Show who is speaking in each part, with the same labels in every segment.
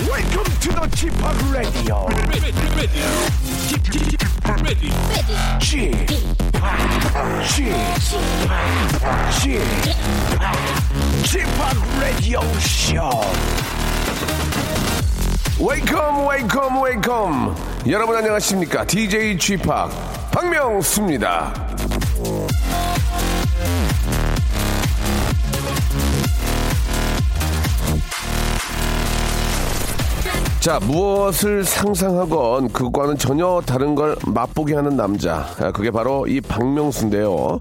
Speaker 1: to the g p o p Radio.
Speaker 2: ready, ready, ready,
Speaker 1: g p o p g p o p Radio Show. Welcome, welcome, welcome. 여러분 안녕하십니까? DJ g p o p 박명수입니다. 자, 무엇을 상상하건 그과는 전혀 다른 걸 맛보게 하는 남자. 아, 그게 바로 이 박명수인데요.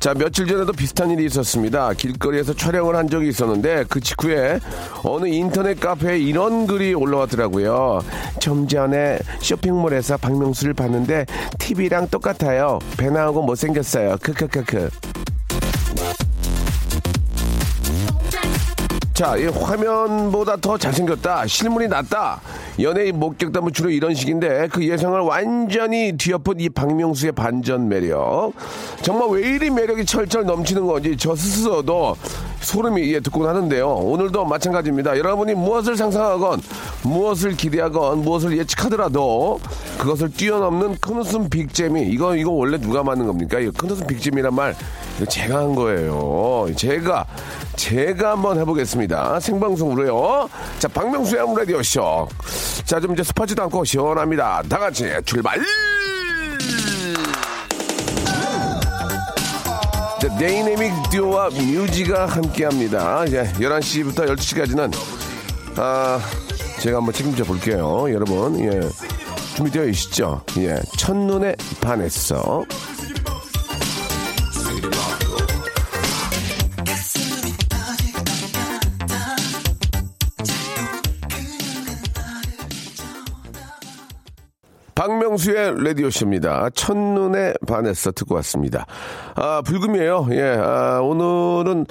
Speaker 1: 자, 며칠 전에도 비슷한 일이 있었습니다. 길거리에서 촬영을 한 적이 있었는데 그 직후에 어느 인터넷 카페에 이런 글이 올라왔더라고요. 좀 전에 쇼핑몰에서 박명수를 봤는데 TV랑 똑같아요. 배 나오고 못생겼어요. 크크크크. 자, 이 화면보다 더 잘생겼다. 실물이 낫다. 연예인 목격담은 주로 이런 식인데 그 예상을 완전히 뒤엎은 이 박명수의 반전 매력. 정말 왜 이리 매력이 철철 넘치는 건지 저 스스로도 소름이 예, 듣곤 하는데요. 오늘도 마찬가지입니다. 여러분이 무엇을 상상하건 무엇을 기대하건 무엇을 예측하더라도 그것을 뛰어넘는 큰웃음 빅잼이 이거 이거 원래 누가 만든 겁니까? 이 큰웃음 빅잼이란 말 이거 제가 한 거예요. 제가 제가 한번 해보겠습니다. 생방송으로요. 자, 박명수의 아무 라디오 쇼. 자, 좀 이제 습하지도 않고 시원합니다. 다 같이 출발! 자, 네, 데이내믹 듀오와 뮤지가 함께합니다. 이제 11시부터 12시까지는 아, 제가 한번 책임져 볼게요. 여러분, 예. 준비되어 있시죠? 예. 첫눈에 반했어. 박명수의 라디오쇼입니다. 첫눈에 반했어 듣고 왔습니다. 아, 불금이에요. 예, 아, 오늘은,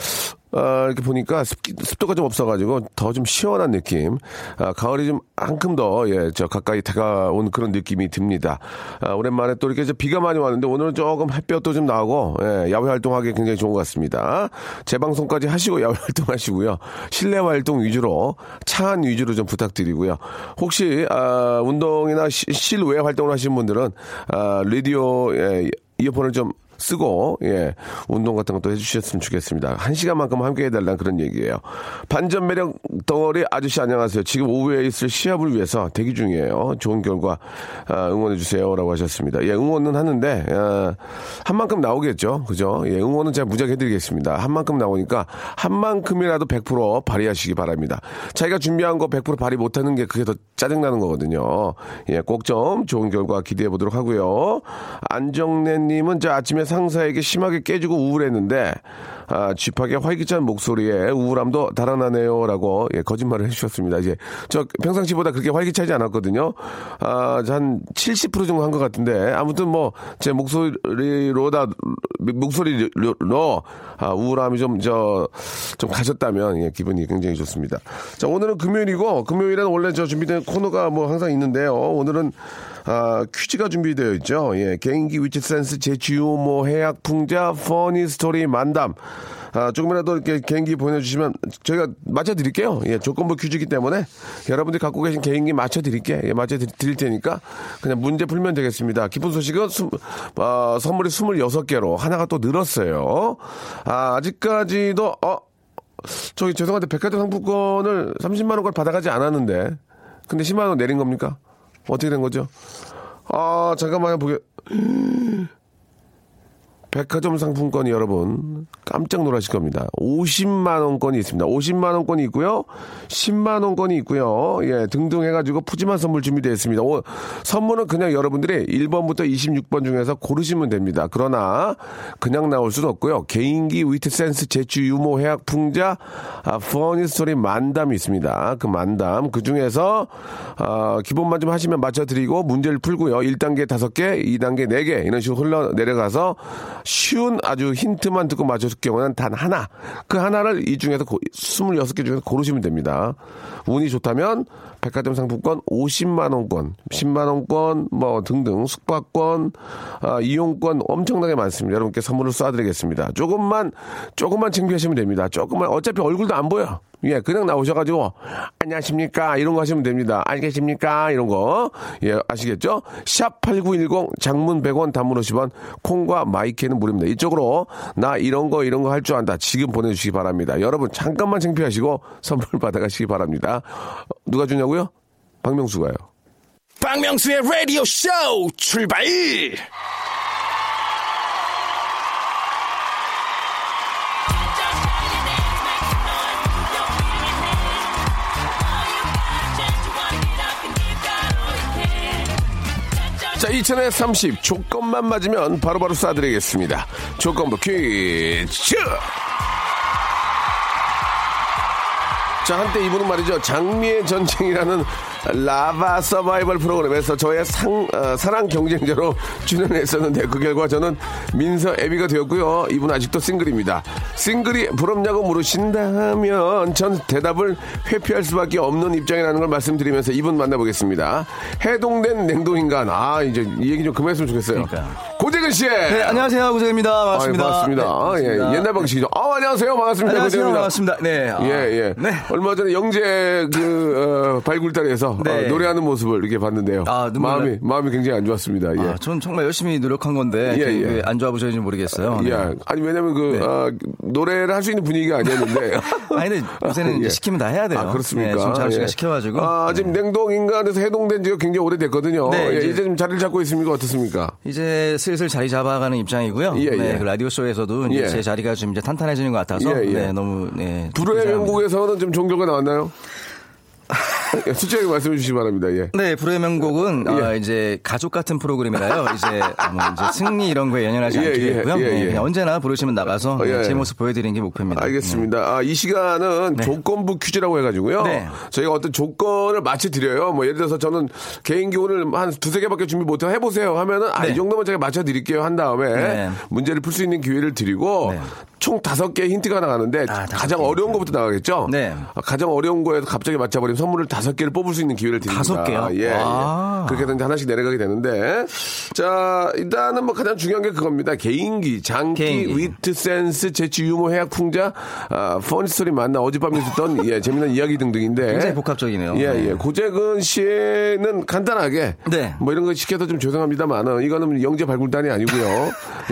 Speaker 1: 아, 이렇게 보니까 습, 습도가 좀 없어가지고 더 좀 시원한 느낌. 아, 가을이 좀 한큼 더, 예, 저 가까이 다가온 그런 느낌이 듭니다. 아, 오랜만에 또 이렇게 이제 비가 많이 왔는데 오늘은 조금 햇볕도 좀 나고, 예, 야외 활동하기 굉장히 좋은 것 같습니다. 재방송까지 하시고 야외 활동하시고요. 실내 활동 위주로, 차 안 위주로 좀 부탁드리고요. 혹시, 아, 운동이나 시- 실외 활동을 하시는 분들은, 아, 라디오, 예, 이어폰을 좀 쓰고 예 운동 같은 것도 해주셨으면 좋겠습니다. 한 시간만큼 함께 해달라는 그런 얘기예요. 반전 매력 덩어리 아저씨 안녕하세요. 지금 오후에 있을 시합을 위해서 대기 중이에요. 좋은 결과 아, 응원해 주세요라고 하셨습니다. 예 응원은 하는데 아, 한 만큼 나오겠죠, 그죠? 예 응원은 제가 무작위 해드리겠습니다. 한 만큼 나오니까 한 만큼이라도 100% 발휘하시기 바랍니다. 자기가 준비한 거 100% 발휘 못하는 게 그게 더 짜증나는 거거든요. 예, 꼭 좀 좋은 결과 기대해 보도록 하고요. 안정래님은 저 아침에 상사에게 심하게 깨지고 우울했는데 아, 쥐팍의 활기찬 목소리에 우울함도 달아나네요라고 예, 거짓말을 해주셨습니다. 이제 저 평상시보다 그렇게 활기차지 않았거든요. 아, 한 70% 정도 한 것 같은데 아무튼 뭐 제 목소리로다 목소리로 아, 우울함이 좀 저 좀 가셨다면 예, 기분이 굉장히 좋습니다. 자 오늘은 금요일이고 금요일엔 원래 저 준비된 코너가 뭐 항상 있는데요. 오늘은 아, 퀴즈가 준비되어 있죠. 예, 개인기 위치 센스 제주유모 뭐 해약 풍자 퍼니 스토리 만담. 아, 조금이라도 이렇게 개인기 보내주시면 저희가 맞춰드릴게요. 예, 조건부 퀴즈이기 때문에 여러분들이 갖고 계신 개인기 맞춰드릴게. 예, 맞춰드릴 테니까 그냥 문제 풀면 되겠습니다. 기쁜 소식은 스- 아, 선물이 26개로 하나가 또 늘었어요. 아, 아직까지도, 어, 저기 죄송한데 백화점 상품권을 30만 원걸 받아가지 않았는데 근데 10만 원 내린 겁니까? 어떻게 된 거죠? 아 잠깐만요 보게 백화점 상품권이 여러분 깜짝 놀라실 겁니다. 50만 원권이 있습니다. 50만 원권이 있고요. 10만 원권이 있고요. 예, 등등 해가지고 푸짐한 선물 준비되어 있습니다. 오, 선물은 그냥 여러분들이 1번부터 26번 중에서 고르시면 됩니다. 그러나 그냥 나올 수는 없고요. 개인기 위트센스 제주 유모 해학 풍자 아, 퍼니스토리 만담이 있습니다. 그 만담 그 중에서 아, 기본만 좀 하시면 맞춰드리고 문제를 풀고요. 1단계 5개, 2단계 4개 이런 식으로 흘러 내려가서 쉬운 아주 힌트만 듣고 맞췄을 경우는 단 하나. 그 하나를 이 중에서 고, 26개 중에서 고르시면 됩니다. 운이 좋다면 백화점 상품권 50만 원권, 10만 원권 뭐 등등 숙박권, 아, 이용권 엄청나게 많습니다. 여러분께 선물을 쏴드리겠습니다. 조금만 조금만 챙피하시면 됩니다. 조금만 어차피 얼굴도 안 보여. 예, 그냥 나오셔가지고, 안녕하십니까? 이런 거 하시면 됩니다. 알겠습니까? 이런 거. 예, 아시겠죠? 샵8910 장문 100원 단문 50원 콩과 마이키는 무료입니다. 이쪽으로 나 이런 거 이런 거 할 줄 안다. 지금 보내주시기 바랍니다. 여러분, 잠깐만 창피하시고 선물 받아가시기 바랍니다. 어, 누가 주냐고요? 박명수가요.
Speaker 3: 박명수의 라디오 쇼 출발!
Speaker 1: 자, 2000에 30 조건만 맞으면 바로바로 쏴드리겠습니다. 조건부 퀴즈! 자, 한때 이분은 말이죠. 장미의 전쟁이라는 라바 서바이벌 프로그램에서 저의 상, 어, 사랑 경쟁자로 출연했었는데 그 결과 저는 민서 애비가 되었고요. 이분 아직도 싱글입니다. 싱글이 부럽냐고 물으신다면 전 대답을 회피할 수밖에 없는 입장이라는 걸 말씀드리면서 이분 만나보겠습니다. 해동된 냉동인간. 아, 이제 이 얘기 좀 그만했으면 좋겠어요. 고재근 씨!
Speaker 4: 네, 안녕하세요. 고재입니다. 반갑습니다.
Speaker 1: 아유, 반갑습니다.
Speaker 4: 네,
Speaker 1: 아, 예, 옛날 방식이죠. 아, 안녕하세요. 반갑습니다.
Speaker 4: 안녕하세요.
Speaker 1: 고재근입니다.
Speaker 4: 반갑습니다. 네. 아,
Speaker 1: 예, 예.
Speaker 4: 네.
Speaker 1: 얼마 전에 영재 그 어, 발굴단에서
Speaker 4: 네.
Speaker 1: 어, 노래하는 모습을 이렇게 봤는데요.
Speaker 4: 아, 눈물
Speaker 1: 마음이
Speaker 4: 나-
Speaker 1: 마음이 굉장히 안 좋았습니다. 예.
Speaker 4: 아, 전 정말 열심히 노력한 건데
Speaker 1: 예,
Speaker 4: 이렇게
Speaker 1: 예.
Speaker 4: 왜안 좋아 보셨는지 모르겠어요. 네.
Speaker 1: 예. 아니 왜냐면 그
Speaker 4: 네.
Speaker 1: 아, 노래를 할 수 있는 분위기가 아니었는데.
Speaker 4: 아니 근데 요새는
Speaker 1: 예.
Speaker 4: 이제 시키면 다 해야 돼요.
Speaker 1: 아 그렇습니까?
Speaker 4: 네, 지금 자루 씨가
Speaker 1: 예.
Speaker 4: 시켜가지고
Speaker 1: 아 지금 냉동 인간에서 해동된 지가 굉장히 오래됐거든요.
Speaker 4: 네,
Speaker 1: 예, 이제...
Speaker 4: 이제-
Speaker 1: 좀 자리를 잡고 있습니까? 어떻습니까?
Speaker 4: 이제 슬슬 자리 잡아가는 입장이고요.
Speaker 1: 예,
Speaker 4: 네,
Speaker 1: 예.
Speaker 4: 그 라디오 쇼에서도 이제
Speaker 1: 예.
Speaker 4: 제 자리가 좀 이제 탄탄해지는 것 같아서
Speaker 1: 예, 예.
Speaker 4: 네, 너무 네,
Speaker 1: 불의
Speaker 4: 감사합니다.
Speaker 1: 명곡에서는 좀 종교가 나왔나요? 예, 솔직하게 말씀해 주시기 바랍니다. 예.
Speaker 4: 네, 불의 명곡은 아, 이제 가족 같은 프로그램이라요. 이제, 뭐 이제 승리 이런 거에 연연하지
Speaker 1: 예,
Speaker 4: 않기로
Speaker 1: 예,
Speaker 4: 했고요.
Speaker 1: 예,
Speaker 4: 네,
Speaker 1: 예.
Speaker 4: 그냥 언제나 부르시면 나가서
Speaker 1: 예,
Speaker 4: 네, 제
Speaker 1: 예.
Speaker 4: 모습 보여드리는 게 목표입니다.
Speaker 1: 알겠습니다. 아, 이 시간은 조건부 퀴즈라고 해가지고요.
Speaker 4: 네.
Speaker 1: 저희가 어떤 조건을 맞춰 드려요. 뭐 예를 들어서 저는 개인기 오늘 한 두세 개밖에 준비 못해 해보세요 하면은 아,
Speaker 4: 네.
Speaker 1: 이 정도면 제가 맞춰 드릴게요 한 다음에
Speaker 4: 네.
Speaker 1: 문제를 풀 수 있는 기회를 드리고
Speaker 4: 네.
Speaker 1: 총 다섯 개 힌트가 나가는데
Speaker 4: 아, 다섯
Speaker 1: 가장
Speaker 4: 개
Speaker 1: 어려운 것부터 나가겠죠.
Speaker 4: 네.
Speaker 1: 아, 가장 어려운 거에 갑자기 맞춰버리면 선물을 다섯 개를 뽑을 수 있는 기회를 드립니다.
Speaker 4: 다섯 개요?
Speaker 1: 예, 예.
Speaker 4: 아.
Speaker 1: 그렇게 해서 이제 하나씩 내려가게 되는데 자 일단은 뭐 가장 중요한 게 그겁니다. 개인기, 장기,
Speaker 4: 개인기.
Speaker 1: 위 위트 센스, 재치, 유머, 해학 풍자, 아, 퍼니 스토리 만나 어젯밤 있었던 예, 재미난 이야기 등등인데
Speaker 4: 굉장히 복합적이네요.
Speaker 1: 예, 예.
Speaker 4: 네.
Speaker 1: 고재근 씨는 간단하게
Speaker 4: 네.
Speaker 1: 뭐 이런 거 시켜서 좀 죄송합니다만은 어, 이거는 영재 발굴단이 아니고요.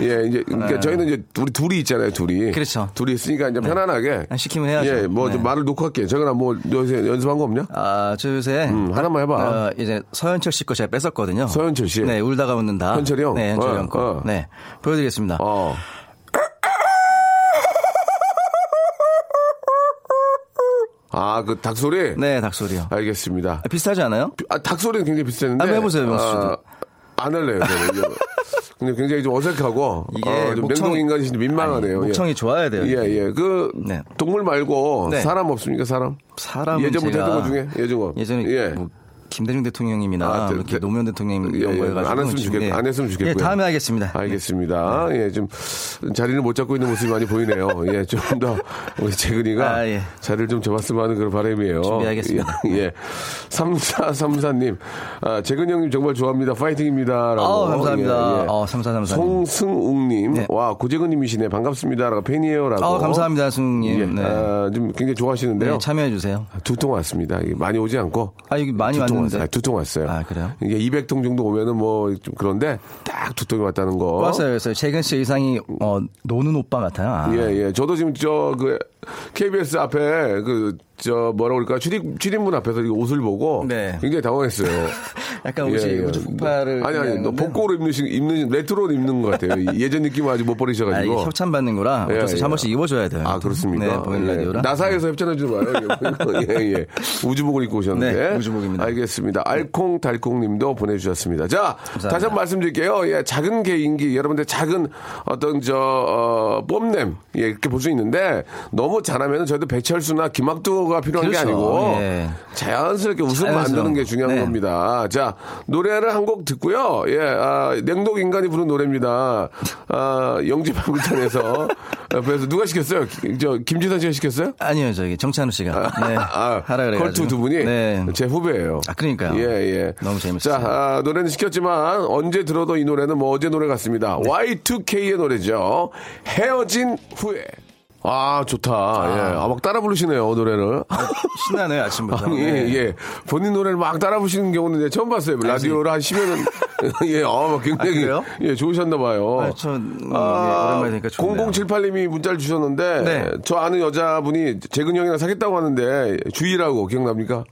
Speaker 1: 예, 이제 그러니까 저희는 이제 우리 둘이 있잖아요, 둘이.
Speaker 4: 네. 그렇죠.
Speaker 1: 둘이 있으니까 이제 편안하게
Speaker 4: 아, 시키면 해야죠.
Speaker 1: 예, 뭐 좀
Speaker 4: 네.
Speaker 1: 말을 놓고 할게요. 저거나 뭐 요새 연습한 거 없냐?
Speaker 4: 아, 저 요새
Speaker 1: 음, 하나만 해봐.
Speaker 4: 어, 이제 서현철 씨 거 제가 뺐었거든요.
Speaker 1: 서현철 씨?
Speaker 4: 네, 울다가 웃는다.
Speaker 1: 현철이 형?
Speaker 4: 네, 현철
Speaker 1: 어,
Speaker 4: 형 거.
Speaker 1: 어.
Speaker 4: 네, 보여드리겠습니다.
Speaker 1: 어. 아, 그 닭소리?
Speaker 4: 네, 닭소리요.
Speaker 1: 알겠습니다.
Speaker 4: 아, 비슷하지 않아요?
Speaker 1: 아, 닭소리는 굉장히 비슷했는데. 아,
Speaker 4: 한번 해보세요, 명수 씨도.
Speaker 1: 안 할래요, 저는. 이거. 근데 굉장히 좀 어색하고.
Speaker 4: 이게
Speaker 1: 아, 좀
Speaker 4: 목청-
Speaker 1: 냉동인간이 좀 민망하네요.
Speaker 4: 아니, 목청이 좋아야 돼요.
Speaker 1: 예, 예. 그,
Speaker 4: 네.
Speaker 1: 동물 말고
Speaker 4: 네.
Speaker 1: 사람 없습니까, 사람?
Speaker 4: 사람은
Speaker 1: 예전부터
Speaker 4: 제가
Speaker 1: 했던 것 중에? 예전 거.
Speaker 4: 예전에
Speaker 1: 예.
Speaker 4: 뭐 김대중 대통령님이나 뭐
Speaker 1: 아, 대-
Speaker 4: 이렇게
Speaker 1: 대-
Speaker 4: 그 노무현 대통령님
Speaker 1: 예,
Speaker 4: 이런
Speaker 1: 예.
Speaker 4: 거 해가지고
Speaker 1: 안 했으면
Speaker 4: 지금,
Speaker 1: 좋겠,
Speaker 4: 네.
Speaker 1: 안 했으면 좋겠고요.
Speaker 4: 예, 다음에 하겠습니다. 네,
Speaker 1: 알겠습니다. 예, 좀 자리를 못 잡고 있는 모습이 많이 보이네요. 예, 좀 더 우리 재근이가
Speaker 4: 아, 예.
Speaker 1: 자리를 좀 잡았으면 하는 그런 바람이에요.
Speaker 4: 준비하겠습니다.
Speaker 1: 예. 예. 3434님, 아, 재근 형님 정말 좋아합니다. 파이팅입니다. 라고.
Speaker 4: 아우, 감사합니다.
Speaker 1: 예, 예.
Speaker 4: 어, 3434 님.
Speaker 1: 송승욱님,
Speaker 4: 네.
Speaker 1: 와, 고재근님이시네. 반갑습니다. 라고 팬이에요. 라고.
Speaker 4: 아, 감사합니다,
Speaker 1: 예,
Speaker 4: 승님. 네.
Speaker 1: 아, 좀 굉장히 좋아하시는데요.
Speaker 4: 네, 참여해 주세요.
Speaker 1: 두통 왔습니다. 이게 많이 오지 않고.
Speaker 4: 아, 여기 많이
Speaker 1: 두통
Speaker 4: 왔는데.
Speaker 1: 왔어요. 두통 왔어요.
Speaker 4: 아, 그래요?
Speaker 1: 이게 200통 정도 오면은 뭐, 좀 그런데 딱 두통이 왔다는 거.
Speaker 4: 왔어요, 왔어요. 재근 씨 의상이 어, 노는 오빠 같아요. 아.
Speaker 1: 예, 예. 저도 지금 저, 그, KBS 앞에 그, 저, 뭐라 그럴까, 출입, 출입문 앞에서 이 옷을 보고
Speaker 4: 네.
Speaker 1: 굉장히 당황했어요.
Speaker 4: 약간 우주, 우주 폭발을.
Speaker 1: 예, 아니, 아니,
Speaker 4: 얘기하는
Speaker 1: 너
Speaker 4: 건데.
Speaker 1: 복고로 입는, 시- 입는, 레트로로 입는 것 같아요. 이 예전 느낌을 아직 못
Speaker 4: 아, 이게
Speaker 1: 버리셔가지고.
Speaker 4: 협찬받는 거라
Speaker 1: 예,
Speaker 4: 어쩔 수 없이
Speaker 1: 예.
Speaker 4: 한 번씩 입어줘야 돼요.
Speaker 1: 아, 그렇습니까?
Speaker 4: 네, 보이는
Speaker 1: 예.
Speaker 4: 라디오라. 네.
Speaker 1: 나사에서 협찬해주지 마요. 예, 예. 우주복을 입고 오셨는데.
Speaker 4: 네, 우주복입니다.
Speaker 1: 알겠습니다. 알콩달콩 님도 보내주셨습니다. 자, 다시 한 번 말씀드릴게요. 예, 작은 개인기, 여러분들 작은 어떤 저, 어, 뽐냄, 예, 이렇게 볼 수 있는데 너무 잘하면 저희도 배철수나 김학도가 필요한
Speaker 4: 그렇죠.
Speaker 1: 게 아니고
Speaker 4: 예.
Speaker 1: 자연스럽게 웃음
Speaker 4: 자연스러운.
Speaker 1: 만드는 게 중요한
Speaker 4: 네.
Speaker 1: 겁니다. 자, 노래를 한 곡 듣고요. 예, 아, 냉동 인간이 부른 노래입니다. 아, 영지방구탄에서. 그래서 누가 시켰어요? 기- 저, 김지선 씨가 시켰어요?
Speaker 4: 아니요, 저기 정찬우 씨가. 네.
Speaker 1: 아,
Speaker 4: 하라 그래가지고.
Speaker 1: 걸투 두 분이
Speaker 4: 네.
Speaker 1: 제 후배예요.
Speaker 4: 아, 그러니까요.
Speaker 1: 예, 예.
Speaker 4: 너무 재밌었어요.
Speaker 1: 자, 아, 노래는 시켰지만 언제 들어도
Speaker 4: 네.
Speaker 1: 이 노래는 뭐 어제 노래 같습니다. Y2K의 노래죠. 헤어진 후에. 아, 좋다. 예. 아, 막 따라 부르시네요, 노래를.
Speaker 4: 신나네요 아침부터.
Speaker 1: 아니,
Speaker 4: 네.
Speaker 1: 예. 본인 노래를 막 따라 부르시는 경우는 이제 처음 봤어요. 라디오를 한 10여년. 예, 아, 막
Speaker 4: 네. 아,
Speaker 1: 굉장히.
Speaker 4: 그래요?
Speaker 1: 예, 좋으셨나봐요.
Speaker 4: 아, 저, 음, 예, 오랜만에 되니까 좋네요.
Speaker 1: 0078님이 문자를 주셨는데,
Speaker 4: 네.
Speaker 1: 저 아는 여자분이 재근 형이랑 사겠다고 하는데, 주의라고 기억납니까?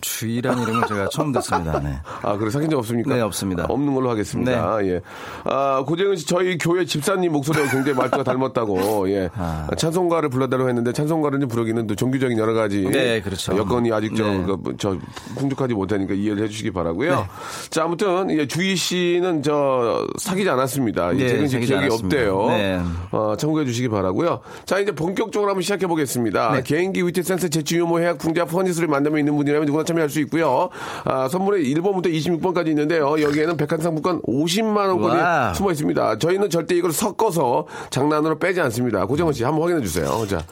Speaker 4: 주의란 이름은 제가 처음 듣습니다. 네.
Speaker 1: 아, 그래, 사귄 적 없습니까?
Speaker 4: 네, 없습니다.
Speaker 1: 아, 없는 걸로 하겠습니다.
Speaker 4: 네.
Speaker 1: 아, 예. 아, 고재은 씨, 저희 교회 집사님 목소리가 굉장히 말투가 닮았다고, 예.
Speaker 4: 아.
Speaker 1: 찬송가를 불러달라고 했는데, 찬송가를 좀 부르기는 또 종교적인 여러 가지.
Speaker 4: 네, 그렇죠.
Speaker 1: 여건이 아직
Speaker 4: 네.
Speaker 1: 좀, 그, 저, 풍족하지 못하니까 이해를 해주시기 바라고요 자, 아무튼, 예, 주희 씨는 저, 사귀지 않았습니다. 이
Speaker 4: 네,
Speaker 1: 재근 씨
Speaker 4: 사귀지
Speaker 1: 기억이
Speaker 4: 않았습니다.
Speaker 1: 없대요.
Speaker 4: 네.
Speaker 1: 어, 참고해 주시기 바라고요 자, 이제 본격적으로 한번 시작해 보겠습니다.
Speaker 4: 네.
Speaker 1: 개인기 위트 센스 재치 유머 해학 풍자 퍼니스를 만남에 있는 분이라면 누구나 참여할 수 있고요. 아, 선물이 1번부터 26번까지 있는데요. 여기에는 백한 상품권 50만 원권이
Speaker 4: 와우.
Speaker 1: 숨어 있습니다. 저희는 절대 이걸 섞어서 장난으로 빼지 않습니다. 고정원 씨 한번 확인해 주세요. 자.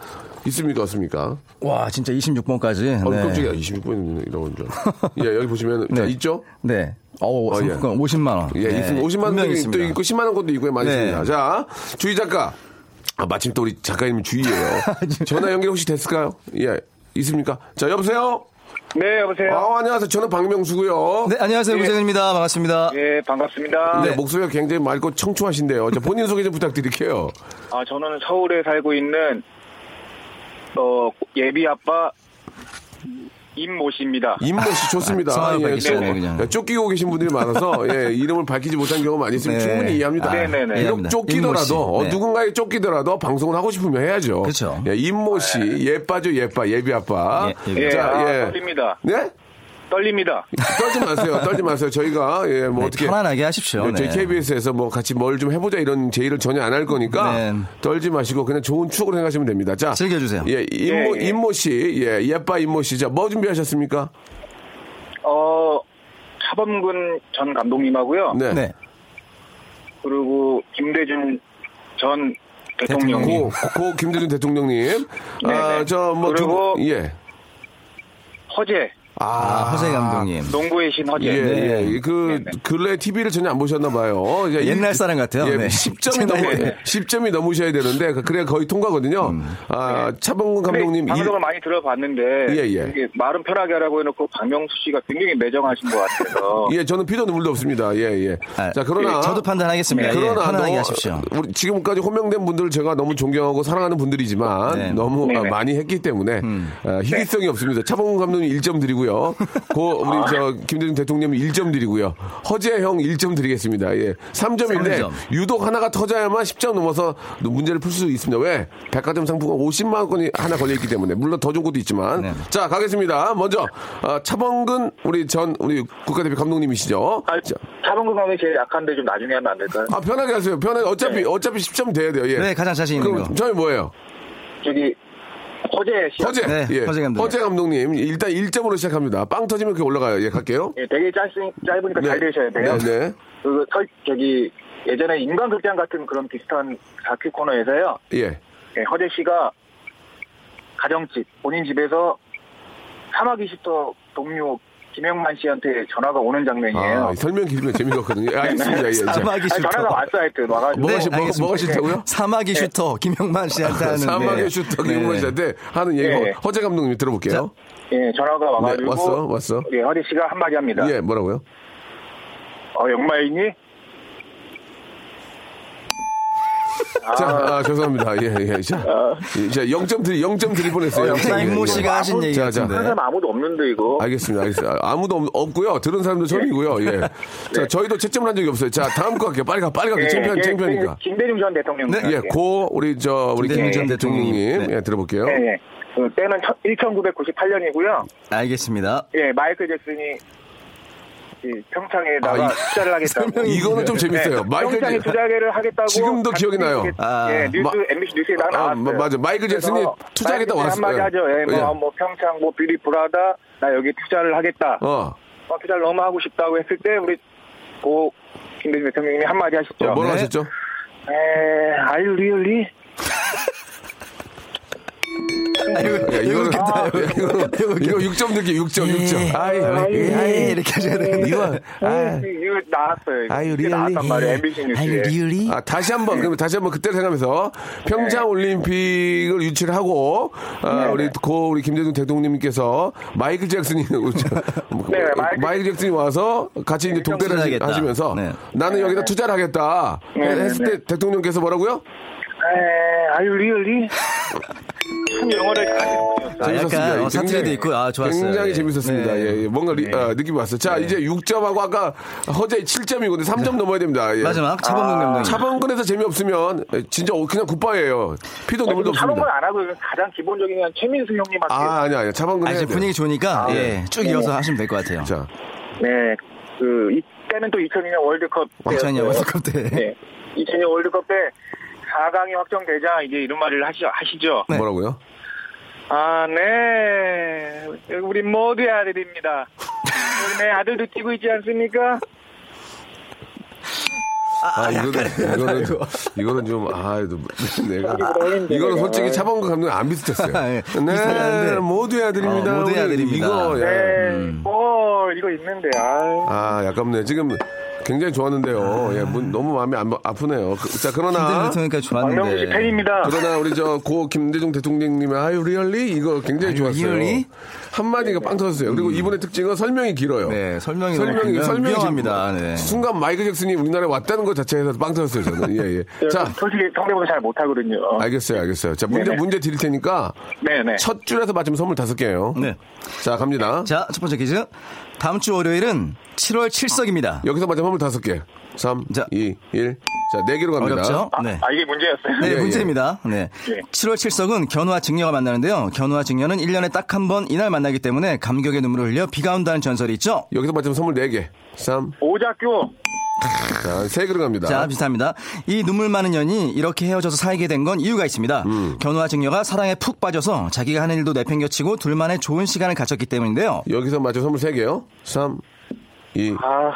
Speaker 1: 있습니까 없습니까?
Speaker 4: 와 진짜 26번까지.
Speaker 1: 어, 깜짝이야. 26번이라고 한 줄. 알았네. 예, 여기 보시면 자, 있죠?
Speaker 4: 네. 네. 어우
Speaker 1: 어, 예.
Speaker 4: 상품권 50만 원.
Speaker 1: 예,
Speaker 4: 네,
Speaker 1: 있으면 50만
Speaker 4: 분명히
Speaker 1: 원도
Speaker 4: 있습니다.
Speaker 1: 또 있고 10만 원도 있고 많이
Speaker 4: 네.
Speaker 1: 있습니다. 자, 주희 작가. 아, 마침 또 우리 작가님 주희예요.
Speaker 4: 네.
Speaker 1: 전화 연결 혹시 됐을까요? 예, 있습니까? 자, 여보세요.
Speaker 5: 네, 여보세요.
Speaker 1: 아, 안녕하세요. 저는 박명수고요.
Speaker 4: 네 안녕하세요 구재근입니다 반갑습니다.
Speaker 5: 예, 반갑습니다.
Speaker 1: 네, 목소리가 굉장히 맑고 청초하신데요. 자, 본인 소개 좀 부탁드릴게요.
Speaker 5: 아, 저는 서울에 살고 있는 어, 예비 아빠 임모 씨입니다.
Speaker 1: 임모 씨 좋습니다.
Speaker 4: 아, 성함을 밝히시네요,
Speaker 1: 좀,
Speaker 4: 그냥.
Speaker 1: 예, 쫓기고 계신 분들이 많아서 예, 이름을 밝히지 못한 경우 많이 있으면
Speaker 4: 네.
Speaker 1: 충분히 이해합니다.
Speaker 5: 네, 네, 네.
Speaker 1: 비록
Speaker 4: 이해합니다.
Speaker 1: 쫓기더라도
Speaker 4: 임모
Speaker 1: 어,
Speaker 4: 씨. 네.
Speaker 1: 누군가에 쫓기더라도 방송을 하고 싶으면 해야죠.
Speaker 4: 그쵸.
Speaker 1: 예, 임모 씨 예빠죠 예빠 예비 아빠.
Speaker 4: 예,
Speaker 5: 네. 예,
Speaker 4: 예비
Speaker 5: 아, 떨립니다.
Speaker 1: 네?
Speaker 5: 떨립니다.
Speaker 1: 떨지 마세요. 떨지 마세요. 저희가 예, 뭐
Speaker 4: 네,
Speaker 1: 어떻게
Speaker 4: 편안하게 하십시오.
Speaker 1: 네, 저희
Speaker 4: 네.
Speaker 1: KBS에서 뭐 같이 뭘 좀 해보자 이런 제의를 전혀 안 할 거니까
Speaker 4: 네.
Speaker 1: 떨지 마시고 그냥 좋은 추억을 생각하시면 됩니다. 자,
Speaker 4: 즐겨주세요.
Speaker 1: 예, 임모
Speaker 5: 예, 예.
Speaker 1: 임모 씨, 예, 예빠 임모 씨, 자뭐 준비하셨습니까?
Speaker 5: 어, 차범근 전 감독님하고요.
Speaker 1: 네,
Speaker 4: 네.
Speaker 5: 그리고 김대중 전 대통령님.
Speaker 1: 고,
Speaker 4: 예.
Speaker 1: 고 김대중 대통령님,
Speaker 5: 네,
Speaker 1: 아,
Speaker 5: 네.
Speaker 1: 저뭐
Speaker 5: 그리고
Speaker 1: 예,
Speaker 5: 허재,
Speaker 4: 아, 허세 감독님.
Speaker 5: 농구의 신 허재.
Speaker 1: 예,
Speaker 4: 네.
Speaker 1: 예. 그, 근래 TV를 전혀 안 보셨나 봐요. 이제
Speaker 4: 옛날
Speaker 1: 이-
Speaker 4: 사람 같아요.
Speaker 1: 예,
Speaker 4: 네. 음.
Speaker 1: 10점이 넘어,
Speaker 5: 네.
Speaker 1: 10점이 넘으셔야 되는데, 그- 그래야 거의 통과거든요. 아,
Speaker 4: 네.
Speaker 1: 차범근
Speaker 5: 근데
Speaker 1: 감독님. 일-
Speaker 5: 방송을 많이 들어봤는데
Speaker 1: 예, 예.
Speaker 5: 이게 말은 편하게 하라고 해놓고 박명수 씨가 굉장히 매정하신 것 같아서
Speaker 1: 예, 저는 피도 눈물도 없습니다. 예, 예.
Speaker 4: 어. 아,
Speaker 1: 자, 그러나.
Speaker 4: 예, 저도 판단하겠습니다. 예,
Speaker 1: 그러나
Speaker 4: 편안하게
Speaker 1: 너무-
Speaker 4: 하십시오.
Speaker 1: 우리 지금까지 호명된 분들 제가 너무 존경하고 사랑하는 분들이지만
Speaker 4: 네. 음.
Speaker 1: 너무
Speaker 5: 네,
Speaker 1: 아,
Speaker 5: 네.
Speaker 1: 많이 했기 때문에 아, 희귀성이 없습니다. 차범근 감독님 1점 드리고요. 고 우리 저 김대중 대통령 1점 드리고요. 허재 형 1점 드리겠습니다. 예. 3점인데
Speaker 4: 삼 점.
Speaker 1: 유독 하나가 터져야만 10점 넘어서 문제를 풀 수 있습니다. 왜? 백화점 상품권 50만 원권이 하나 걸려 있기 때문에 물론 더 좋은 것도 있지만
Speaker 4: 네.
Speaker 1: 자, 가겠습니다. 먼저 아, 차범근 우리 전 우리 국가대표 감독님이시죠.
Speaker 5: 아,
Speaker 1: 자,
Speaker 5: 차범근 감독이 제일 약한데 좀 나중에 하면 안 될까요?
Speaker 1: 아 편하게 하세요. 편하게
Speaker 5: 네.
Speaker 1: 어차피 어차피 10점 돼야 돼요. 예.
Speaker 4: 네, 가장 자신 있는
Speaker 1: 그럼
Speaker 4: 거.
Speaker 1: 저희 뭐예요?
Speaker 5: 저기 허재 씨
Speaker 1: 허재.
Speaker 4: 네,
Speaker 1: 예.
Speaker 4: 허재 감독님.
Speaker 1: 감독님, 일단 1점으로 시작합니다. 빵 터지면 그게 올라가요. 예, 갈게요.
Speaker 5: 예, 되게 짧, 짧으니까 잘 들으셔야 돼요.
Speaker 1: 네, 네.
Speaker 5: 그, 설, 저기, 예전에 인간극장 같은 그런 비슷한 다큐 코너에서요,
Speaker 1: 예.
Speaker 5: 예, 허재 씨가 가정집, 본인 집에서 사막 이십터 동료 김영만 씨한테 전화가 오는 장면이에요.
Speaker 1: 아, 설명 길면 재미가 없거든요. 예, 알겠습니다. 예. 자.
Speaker 4: 사막이
Speaker 5: 아니, 전화가
Speaker 4: 슈터.
Speaker 5: 왔어, 하여튼. 와가지고.
Speaker 1: 뭐가, 시, 뭐가,
Speaker 4: 네, 알겠습니다. 네.
Speaker 1: 뭐가 싫다고요? 아,
Speaker 4: 사막이 슈터 김영만 씨한테 하는 네.
Speaker 1: 사막의 슈터 김용만 씨한테 하는 얘기
Speaker 5: 네.
Speaker 1: 허재 감독님 들어볼게요.
Speaker 5: 예, 전화가 와가지고.
Speaker 1: 네, 왔어, 왔어.
Speaker 5: 예, 허재 씨가 한마디 합니다.
Speaker 1: 예, 네. 뭐라고요?
Speaker 5: 어, 영마이니?
Speaker 1: 자, 아, 죄송합니다. 예, 예. 자, 예, 자 0점 드리, 0점 드릴 뻔했어요.
Speaker 4: 어,
Speaker 1: 영점.
Speaker 4: 임모
Speaker 1: 예, 예.
Speaker 4: 씨가 하신 얘기
Speaker 1: 자, 자.
Speaker 4: 같은데.
Speaker 5: 사람 아무도 없는데, 이거.
Speaker 1: 알겠습니다. 알겠습니다. 아무도 없, 없고요. 들은 사람도 처음이고요. 예. 자, 저희도 채점을 한 적이 없어요. 자, 다음 거 갈게요. 빨리 가, 빨리
Speaker 5: 네,
Speaker 1: 갈게요. 창피한, 창피하니까.
Speaker 5: 예, 김대중 전 대통령.
Speaker 4: 네,
Speaker 1: 예, 고, 우리, 저, 우리
Speaker 4: 김대중
Speaker 1: 김
Speaker 4: 전
Speaker 1: 대통령님.
Speaker 4: 대통령님. 네.
Speaker 1: 예, 들어볼게요.
Speaker 5: 네, 네. 그 때는 1998년이고요.
Speaker 4: 알겠습니다.
Speaker 5: 예, 마이클 잭슨이 이 평창에다가
Speaker 1: 아, 이-
Speaker 5: 투자를 하겠다고. 예,
Speaker 1: 이거는 좀 재밌어요.
Speaker 5: 네.
Speaker 1: 마이클
Speaker 5: 평창에
Speaker 1: 잭-
Speaker 5: 투자를 하겠다고.
Speaker 1: 지금도 기억이 나요.
Speaker 5: 예,
Speaker 4: 아,
Speaker 5: 뉴스
Speaker 1: 마-
Speaker 5: MBC 뉴스에 나-
Speaker 1: 아,
Speaker 5: 나왔어요.
Speaker 1: 마- 맞아. 마이클
Speaker 5: 그래서
Speaker 1: 잭슨이 투자하겠다고
Speaker 5: 마이클 잭슨 한마디
Speaker 1: 왔어요.
Speaker 5: 하죠. 예, 뭐,
Speaker 1: 예.
Speaker 5: 뭐 평창, 뭐 뷰티 브라다, 나 여기 투자를 하겠다. 어.
Speaker 1: 어.
Speaker 5: 투자를 너무 하고 싶다고 했을 때 우리 고 김대중 대통령님이 한마디 하셨죠.
Speaker 1: 어, 뭐라고
Speaker 4: 네.
Speaker 1: 하셨죠?
Speaker 5: 에, are you really?
Speaker 1: 야, 예, 이거는 야, 이거 이거 6점 느낌 6점
Speaker 4: 예.
Speaker 1: 6점. 아이 아이
Speaker 4: 네.
Speaker 1: 네.
Speaker 4: 에이, 예. 이렇게 하셔야 되는데. 네.
Speaker 1: 이거 아
Speaker 5: 이거 나왔어요. 이거.
Speaker 1: 아유,
Speaker 5: 이게
Speaker 1: 리얼리?
Speaker 5: 나왔단 말이에요. MBC
Speaker 4: 아유,
Speaker 5: 뉴스에.
Speaker 4: 리얼리?
Speaker 1: 아, 다시 한 번, 그러면 다시 한 번 그때를 생각하면서
Speaker 4: 네.
Speaker 1: 평창 올림픽을 유치를 하고, 아, 우리 고, 우리 김대중 대통령님께서 마이클 잭슨이, 뭐,
Speaker 5: 네,
Speaker 1: 마이클,
Speaker 5: 마이클
Speaker 1: 잭슨이 와서 같이 이제 독대를 하시-
Speaker 4: 네, 투자하겠다.
Speaker 1: 하시면서
Speaker 4: 네.
Speaker 1: 나는 여기다 투자를 하겠다.
Speaker 5: 네, 네,
Speaker 1: 했을 때 대통령께서 뭐라고요?
Speaker 5: 에, 아유 리얼리? 참 영어를 가지고
Speaker 4: 아, 약간
Speaker 1: 재밌었습니다.
Speaker 4: 어, 사투리도
Speaker 1: 굉장히-
Speaker 4: 있고, 아, 좋았어요.
Speaker 1: 굉장히
Speaker 4: 예.
Speaker 1: 재밌었습니다.
Speaker 4: 네.
Speaker 1: 예, 예. 뭔가 리- 아, 느낌이 왔어요. 자, 이제 6점하고 아까 허재 7점이고, 3점 넘어야 됩니다. 예.
Speaker 4: 네.
Speaker 5: 아,
Speaker 4: 마지막 차범근 감독님.
Speaker 1: 차범근에서 재미없으면 예, 진짜 그냥 굿바예요. 피도
Speaker 4: 아,
Speaker 1: 눈물도
Speaker 5: 차롱건
Speaker 1: 없습니다.
Speaker 5: 안 하고 이건 가장 기본적인 건 최민수 형님한테
Speaker 1: 아, 아니야, 아니야. 차범근
Speaker 4: 아,
Speaker 1: 해야
Speaker 4: 이제
Speaker 1: 돼요.
Speaker 4: 분위기 좋으니까, 예, 쭉 이어서 하시면 될 것 같아요.
Speaker 1: 네. 자,
Speaker 5: 네, 그 이때는 또 2002년 월드컵
Speaker 4: 왕찬이
Speaker 5: 때였어요.
Speaker 4: 월드컵 때.
Speaker 5: 네, 2002년 월드컵 때 4강이 확정되자 이제 이런 말을 하시, 하시죠.
Speaker 4: 네.
Speaker 1: 뭐라고요?
Speaker 5: 아, 네. 우리 모두의 아들입니다. 우리 내 아들도 뛰고 있지 않습니까?
Speaker 1: 아, 이거는, 이거는, 좀- 이거는 좀, 아, 이거 내가. 이거는 솔직히 차범근 감독이 안 비슷했어요.
Speaker 4: 아, 예. 비슷하긴
Speaker 1: 네,
Speaker 4: 한데.
Speaker 1: 모두의 아들입니다.
Speaker 4: 어, 모두의
Speaker 1: 우리
Speaker 4: 아들입니다.
Speaker 1: 이거, 예.
Speaker 5: 네. 뭐 이거 있는데. 아.
Speaker 1: 아, 약깝네 지금 굉장히 좋았는데요. 예, 문- 너무 마음이 안- 아프네요. 그- 자, 그러나.
Speaker 4: 힘들었으니까
Speaker 5: 박명수 씨
Speaker 4: 좋았는데.
Speaker 5: 팬입니다.
Speaker 1: 그러나 우리 저 고 김대중 대통령님의 아유 리얼리 이거 굉장히
Speaker 4: 아유,
Speaker 1: 좋았어요.
Speaker 4: 리얼리? 음.
Speaker 1: 한마디가 빵 터졌어요. 그리고 이번의 특징은 설명이 길어요.
Speaker 4: 네, 설명이 너무
Speaker 1: 설명이
Speaker 4: 긴가-
Speaker 1: 설명이
Speaker 4: 미묘합니다.
Speaker 1: 길-
Speaker 4: 네.
Speaker 1: 순간 마이클 잭슨이 우리나라에 왔다는 것 자체에서 빵 터졌어요. 저는 예 예.
Speaker 5: 자,
Speaker 1: 자 아,
Speaker 5: 솔직히 성대모사 잘 못하거든요.
Speaker 1: 알겠어요 알겠어요. 자 문제
Speaker 5: 네네.
Speaker 1: 문제 드릴 테니까
Speaker 5: 네네.
Speaker 1: 첫 줄에서 맞으면 선물 다섯 개예요.
Speaker 4: 네.
Speaker 1: 자 갑니다.
Speaker 4: 자, 첫 번째 퀴즈. 다음 주 월요일은 7월 7석입니다.
Speaker 1: 여기서 맞으면 선물 다섯 개. 3,
Speaker 4: 자.
Speaker 1: 2, 1. 자, 네 개로 갑니다.
Speaker 4: 어렵죠?
Speaker 5: 아,
Speaker 4: 네.
Speaker 5: 아, 이게 문제였어요.
Speaker 4: 네,
Speaker 1: 예,
Speaker 4: 문제입니다. 네.
Speaker 5: 예.
Speaker 4: 7월 7석은 견우와 직녀가 만나는데요. 견우와 직녀는 1년에 딱 한 번 이날 만나기 때문에 감격의 눈물을 흘려 비가 온다는 전설이 있죠.
Speaker 1: 여기서 맞으면 선물 네 개. 3,
Speaker 5: 오작교.
Speaker 1: 자, 세 개로 갑니다.
Speaker 4: 자, 비슷합니다. 이 눈물 많은 연이 이렇게 헤어져서 사귀게 된 건 이유가 있습니다.
Speaker 1: 음.
Speaker 4: 견우와 직녀가 사랑에 푹 빠져서 자기가 하는 일도 내팽겨치고 둘만의 좋은 시간을 가졌기 때문인데요.
Speaker 1: 여기서 맞으면 선물 세 개요. 3, 2,
Speaker 5: 아,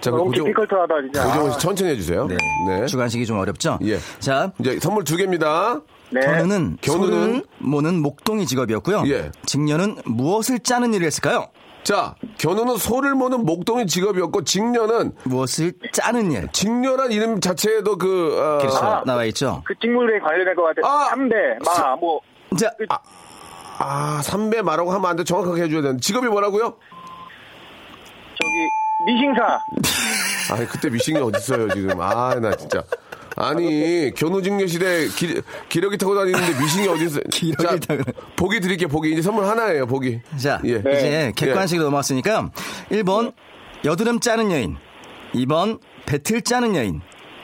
Speaker 1: 자,
Speaker 5: 너무
Speaker 1: 고정-
Speaker 5: 디피컬트하다 진짜. 아,
Speaker 1: 오정원 씨 천천히 해주세요. 네.
Speaker 4: 네. 주관식이 좀 어렵죠?
Speaker 1: 예.
Speaker 4: 자,
Speaker 1: 이제 선물 두 개입니다.
Speaker 5: 네.
Speaker 4: 견우는
Speaker 1: 견우는-
Speaker 4: 소를 모는 목동이 직업이었고요.
Speaker 1: 예.
Speaker 4: 직녀는 무엇을 짜는 일을 했을까요?
Speaker 1: 자, 견우는 소를 모는 목동이 직업이었고, 직녀는,
Speaker 4: 무엇을 짜는
Speaker 1: 아.
Speaker 4: 일.
Speaker 1: 직녀란 이름 자체에도 그, 어,
Speaker 4: 그렇죠.
Speaker 5: 아.
Speaker 4: 나와 있죠.
Speaker 5: 그 직물에 관련될 것 같아요.
Speaker 1: 아!
Speaker 5: 3대, 마, 뭐,
Speaker 4: 자,
Speaker 1: 아, 삼배 마라고 하면 안 돼. 정확하게 해줘야 되는데. 직업이 뭐라고요?
Speaker 5: 저기, 미싱사.
Speaker 1: 아 그때 미싱이 어딨어요, 지금. 아, 나 진짜. 아니, 견우직녀 시대 기, 기러기 타고 다니는데 미싱이 어딨어요.
Speaker 4: 기러기
Speaker 1: 자,
Speaker 4: 타고 다-
Speaker 1: 보기 드릴게요, 보기. 이제 선물 하나예요, 보기.
Speaker 4: 자,
Speaker 1: 예.
Speaker 4: 이제 객관식으로 넘어왔으니까 1번 여드름 짜는 여인, 2번 배틀 짜는 여인,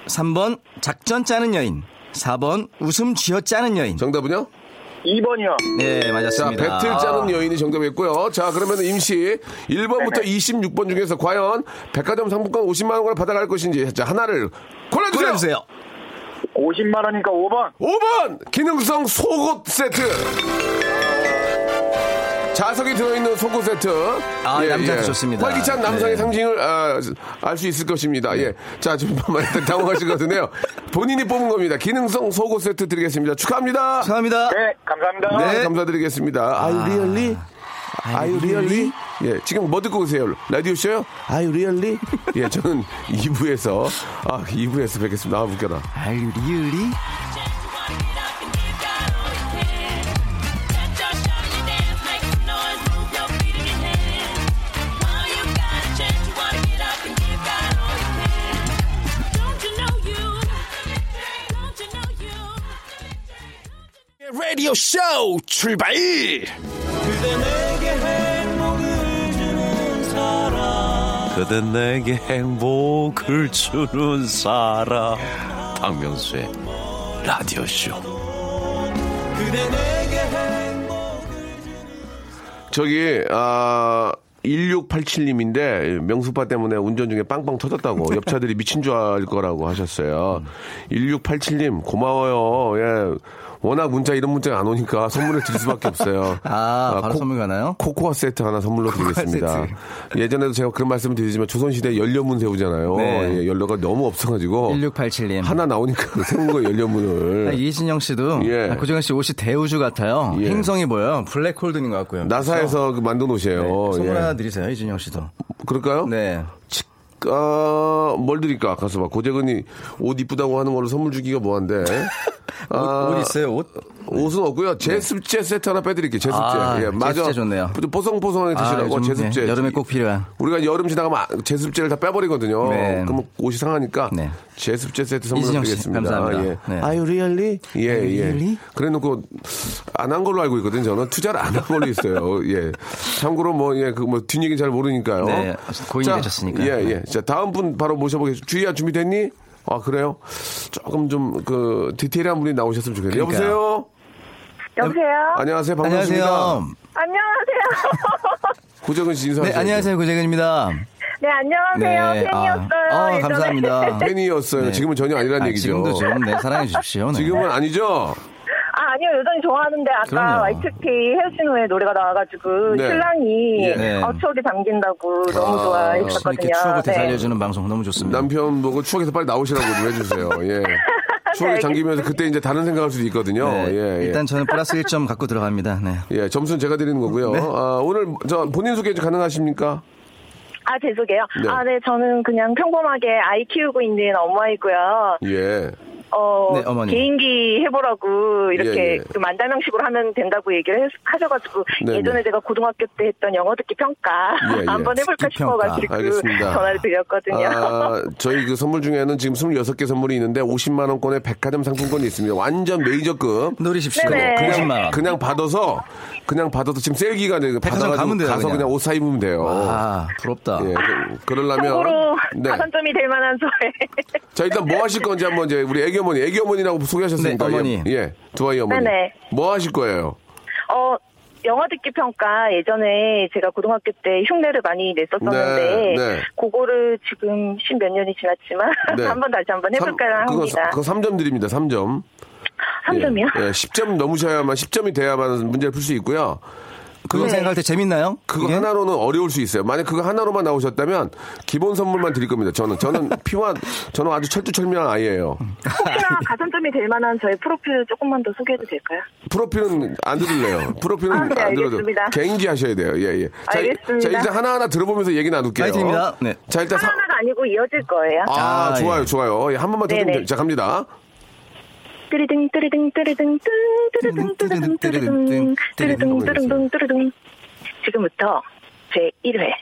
Speaker 4: 3번 작전 짜는 여인, 4번 웃음 쥐어 짜는 여인.
Speaker 1: 정답은요?
Speaker 5: 2번이요.
Speaker 4: 네,
Speaker 1: 자,
Speaker 4: 맞았습니다.
Speaker 1: 배틀 짜는 여인이 정답이었고요. 자, 그러면 임시 1번부터 26번 중에서 과연 백화점 상품권 50만 원을 받아갈 것인지 자, 하나를 골라주세요.
Speaker 4: 골라주세요.
Speaker 5: 50만원이니까 5번.
Speaker 1: 5번 기능성 속옷 세트. 자석이 들어있는 속옷 세트. 예,
Speaker 4: 아, 남자한테 좋습니다.
Speaker 1: 활기찬 남성의
Speaker 4: 네.
Speaker 1: 상징을 아, 알 수 있을 것입니다. 예. 자, 좀 많이 당황하신 것 같은데요. 본인이 뽑은 겁니다. 기능성 속옷 세트 드리겠습니다. 축하합니다.
Speaker 4: 감사합니다.
Speaker 5: 네, 감사합니다.
Speaker 1: 네, 예. 감사드리겠습니다. 아유 리얼리? 아유 리얼리? 예, 지금 뭐 듣고 계세요? 라디오 쇼요? 아유 리얼리? 예, 저는 2부에서 아 2부에서 뵙겠습니다. 아 웃겨라.
Speaker 4: 아유, 리얼리?
Speaker 3: 라디오 쇼 출발!
Speaker 6: 그대 내게 행복을 주는 사람 박명수의 라디오쇼
Speaker 1: 저기 아 1687님인데 명수빠 때문에 운전 중에 빵빵 터졌다고 옆차들이 미친 줄 알 거라고 하셨어요. 1687님 고마워요. 예. 워낙 문자 이런 문자가 안 오니까 선물을 드릴 수밖에 없어요.
Speaker 4: 아, 바로
Speaker 1: 코-
Speaker 4: 선물 가나요?
Speaker 1: 코코아 세트 하나 선물로 드리겠습니다. 예전에도 제가 그런 말씀을 드리지만 조선시대 연료문 세우잖아요.
Speaker 4: 네.
Speaker 1: 예, 연료가 너무 없어가지고
Speaker 4: 1687님.
Speaker 1: 하나 나오니까 세운 거
Speaker 4: 아,
Speaker 1: 연료문을.
Speaker 4: 이진영 씨도
Speaker 1: 예.
Speaker 4: 아, 고정현 씨 옷이 대우주 같아요.
Speaker 1: 예.
Speaker 4: 행성이 보여요. 블랙홀든인 것 같고요.
Speaker 1: 나사에서 그 만든 옷이에요.
Speaker 4: 그래서 네. 선물
Speaker 1: 예.
Speaker 4: 하나 드리세요, 이진영 씨도.
Speaker 1: 그럴까요?
Speaker 4: 네.
Speaker 1: 아, 뭘 드릴까? 가서 봐. 고재근이 옷 이쁘다고 하는 걸로 선물 주기가 뭐한데.
Speaker 4: 옷,
Speaker 1: 아.
Speaker 4: 옷 있어요, 옷?
Speaker 1: 옷은 없고요. 제습제 세트 하나 빼드릴게요. 제습제.
Speaker 4: 아,
Speaker 1: 예, 맞아.
Speaker 4: 제습제 좋네요.
Speaker 1: 좀 보송보송하게 드시라고
Speaker 4: 요즘,
Speaker 1: 제습제.
Speaker 4: 네, 여름에 꼭 필요한.
Speaker 1: 우리가 여름 지나가면 아- 제습제를 다 빼버리거든요.
Speaker 4: 네.
Speaker 1: 그러면 옷이 상하니까
Speaker 4: 네.
Speaker 1: 제습제 세트 선물
Speaker 4: 이진영 씨,
Speaker 1: 드리겠습니다.
Speaker 4: 감사합니다.
Speaker 1: 예.
Speaker 4: 네.
Speaker 1: Are you really? 예,
Speaker 4: Are you
Speaker 1: 예.
Speaker 4: really?
Speaker 1: 그래 놓고 안 한 걸로 알고 있거든요. 저는 투자를 안 한 걸로 있어요. 예. 참고로 뭐, 예, 그 뭐 뒷얘기 잘 모르니까요.
Speaker 4: 네, 고인이 되셨으니까요. 네.
Speaker 1: 예, 예. 자, 다음 분 바로 모셔보겠습니다. 주희야, 준비됐니? 아, 그래요? 조금 좀, 그, 디테일한 분이 나오셨으면 좋겠네요.
Speaker 4: 그러니까요.
Speaker 1: 여보세요?
Speaker 7: 여보세요?
Speaker 4: 아,
Speaker 1: 안녕하세요. 반갑습니다.
Speaker 4: 안녕하세요.
Speaker 7: 안녕하세요.
Speaker 1: 고정은 씨
Speaker 4: 네,
Speaker 1: 인사하세요.
Speaker 4: 안녕하세요, 고재근입니다.
Speaker 7: 네, 안녕하세요. 팬이었어요.
Speaker 4: 아, 어,
Speaker 7: 예전에.
Speaker 4: 감사합니다.
Speaker 1: 팬이었어요.
Speaker 4: 네.
Speaker 1: 지금은 전혀 아니라는
Speaker 4: 아,
Speaker 1: 얘기죠.
Speaker 4: 지금도 좀, 네, 사랑해 주십시오. 네.
Speaker 1: 지금은 아니죠?
Speaker 7: 아, 아니요. 여전히 좋아하는데 아까
Speaker 4: 그럼요.
Speaker 7: YTP 헤어진 후에 노래가 나와가지고
Speaker 1: 네.
Speaker 7: 신랑이
Speaker 4: 네.
Speaker 7: 어, 추억에 담긴다고 너무
Speaker 4: 역시
Speaker 7: 좋아했었거든요. 네.
Speaker 4: 이렇게 추억을 되살려주는 방송 너무 좋습니다.
Speaker 1: 남편 보고 추억에서 빨리 나오시라고 좀 해주세요. 예. 추억에
Speaker 7: 네,
Speaker 1: 잠기면서 그때 이제 다른 생각할 수도 있거든요.
Speaker 4: 네,
Speaker 1: 예, 예.
Speaker 4: 일단 저는 플러스 1점 갖고 들어갑니다. 네.
Speaker 1: 예, 점수는 제가 드리는 거고요. 아, 오늘 저 본인 소개 가능하십니까?
Speaker 7: 아, 죄송해요.
Speaker 1: 네.
Speaker 7: 아, 네. 저는 그냥 평범하게 아이 키우고 있는 엄마이고요.
Speaker 1: 예.
Speaker 7: 어,
Speaker 4: 네, 어머니.
Speaker 7: 개인기 해보라고
Speaker 1: 예,
Speaker 7: 이렇게
Speaker 1: 예.
Speaker 7: 좀 만담형식으로 하면 된다고 얘기를 했- 하셔가지고
Speaker 1: 네,
Speaker 7: 예전에
Speaker 1: 네.
Speaker 7: 제가 고등학교 때 했던 영어 듣기 평가
Speaker 1: 예, 예.
Speaker 7: 한번 해볼까
Speaker 4: 듣기 평가.
Speaker 7: 싶어가지고
Speaker 1: 알겠습니다.
Speaker 7: 전화를 드렸거든요.
Speaker 1: 아, 저희 그 선물 중에는 지금 26개 선물이 있는데 50만 원권의 백화점 상품권이 있습니다. 완전 메이저급.
Speaker 4: 노리십시오.
Speaker 7: 네네.
Speaker 1: 그냥,
Speaker 4: 90만 원.
Speaker 1: 그냥 받아서 그냥 받아서 지금 세일 기간에
Speaker 4: 백화점
Speaker 1: 받아가지고
Speaker 4: 가면 돼요,
Speaker 1: 가서
Speaker 4: 그냥.
Speaker 1: 그냥 옷 사 입으면 돼요.
Speaker 4: 아, 부럽다.
Speaker 1: 어. 예, 그, 러려면 네.
Speaker 7: 참고로 가산점이 될 만한 저의
Speaker 1: 자 일단 뭐 하실 건지 한번 이제 우리 애기 어머니 애기 어머니라고 소개하셨으니까
Speaker 4: 네, 어머니.
Speaker 1: 예, 예 두아이 어머니
Speaker 7: 네네.
Speaker 1: 뭐 하실 거예요?
Speaker 7: 어, 영어 듣기 평가 예전에 제가 고등학교 때 흉내를 많이
Speaker 1: 네,
Speaker 7: 냈었었는데
Speaker 1: 네.
Speaker 7: 그거를 지금 십 몇 년이 지났지만
Speaker 1: 네.
Speaker 7: 한번 다시 한번 해볼까
Speaker 1: 삼- 그거,
Speaker 7: 합니다.
Speaker 1: 그거 3점 드립니다 3점
Speaker 7: 삼 3점이요?
Speaker 1: 예, 예, 10점 넘으셔야만 10점이 돼야만 문제를 풀 수 있고요
Speaker 4: 그거
Speaker 7: 네.
Speaker 4: 생각할 때 재밌나요?
Speaker 1: 그거
Speaker 4: 이게?
Speaker 1: 하나로는 어려울 수 있어요 만약 그거 하나로만 나오셨다면 기본 선물만 드릴 겁니다 저는 저는 피와 저는 아주 철두철미한 아이예요
Speaker 7: 혹시나 가산점이 될 만한 저의 프로필 조금만 더 소개해도 될까요?
Speaker 1: 프로필은 안 들을래요 프로필은
Speaker 7: 아, 네,
Speaker 1: 안 들어도
Speaker 7: 알겠습니다.
Speaker 1: 개인기 하셔야 돼요 예예 자,
Speaker 7: 알겠습니다.
Speaker 1: 자 일단 하나하나 들어보면서 얘기 나눌게요
Speaker 4: 파이팅입니다. 네.
Speaker 1: 자 일단 사-
Speaker 7: 하나하나가 아니고 이어질 거예요.
Speaker 1: 아,
Speaker 4: 아,
Speaker 1: 좋아요,
Speaker 4: 예.
Speaker 1: 좋아요. 예, 한 번만 더 좀,
Speaker 7: 네네.
Speaker 1: 자, 갑니다.
Speaker 7: 뚜리둥 뚜리둥 뚜리둥 뚜, 뚜리둥 뚜리둥 뚜리둥 뚜리둥 뚜리둥 뚜리둥 지금부터 제 1회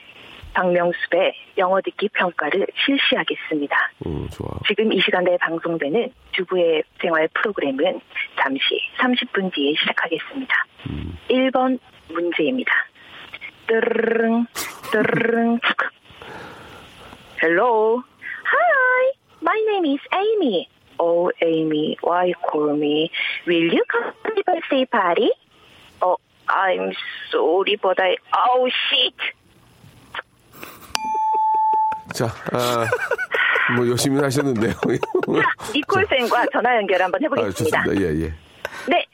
Speaker 7: 박명수의 영어 듣기 평가를 실시하겠습니다.
Speaker 1: 음, 좋아.
Speaker 7: 지금 이 시간에 방송되는 주부의 생활 프로그램은 잠시 30분 뒤에 시작하겠습니다. 음. 1번 문제입니다. 뚜르릉, 뚜르릉. Hello. Hi. My name is Amy. Oh, Amy, why call me? Will you come to the birthday party? Oh, I'm sorry, but I... Oh, shit.
Speaker 1: 자, 아, 뭐, 열심히 하셨는데요.
Speaker 7: 니콜쌤과 전화 연결 한번
Speaker 1: 아,
Speaker 7: 해보겠습니다.
Speaker 1: 좋습니다. 예, 예.
Speaker 7: 네.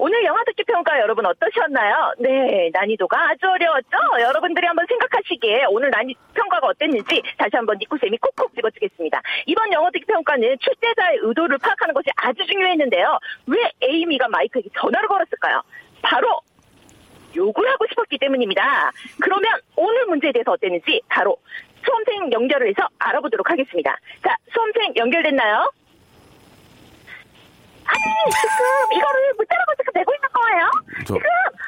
Speaker 7: 오늘 영화 듣기 평가 여러분 어떠셨나요? 네, 난이도가 아주 어려웠죠? 여러분들이 한번 생각하시기에 오늘 난이 평가가 어땠는지 다시 한번 니코쌤이 콕콕 집어주겠습니다. 이번 영어 듣기 평가는 출제자의 의도를 파악하는 것이 아주 중요했는데요. 왜 에이미가 마이크에게 전화를 걸었을까요? 바로 욕을 하고 싶었기 때문입니다. 그러면 오늘 문제에 대해서 어땠는지 바로 수험생 연결을 해서 알아보도록 하겠습니다. 자, 수험생 연결됐나요? 아니 지금 이거를 못 따라고 지금 내고 있는 거예요?
Speaker 1: 저,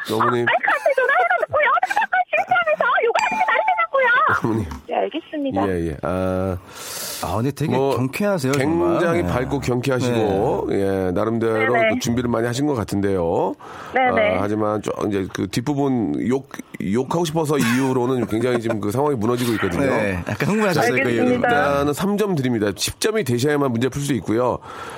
Speaker 7: 지금
Speaker 1: 어머님.
Speaker 7: 어, 마이크한테 전화해가 듣고요. 자꾸 실수하면서 욕을 하는 게 말이 되냐고요?
Speaker 1: 어머님.
Speaker 7: 네 알겠습니다.
Speaker 1: 예, 예. 아,
Speaker 4: 아, 근데 되게
Speaker 1: 뭐,
Speaker 4: 경쾌하세요. 정말.
Speaker 1: 굉장히
Speaker 4: 네.
Speaker 1: 밝고 경쾌하시고, 예, 나름대로
Speaker 7: 네네.
Speaker 1: 그 준비를 많이 하신 것 같은데요.
Speaker 7: 네네.
Speaker 1: 아, 하지만, 좀 이제 그 뒷부분 욕, 욕하고 싶어서 이후로는 굉장히 지금 그 상황이 무너지고 있거든요. 네,
Speaker 4: 네, 약간 흥분하셨어요. 그
Speaker 7: 알겠습니다.
Speaker 4: 이유로.
Speaker 1: 일단은 3점 드립니다. 10점이 되셔야만 문제 풀 수 있고요.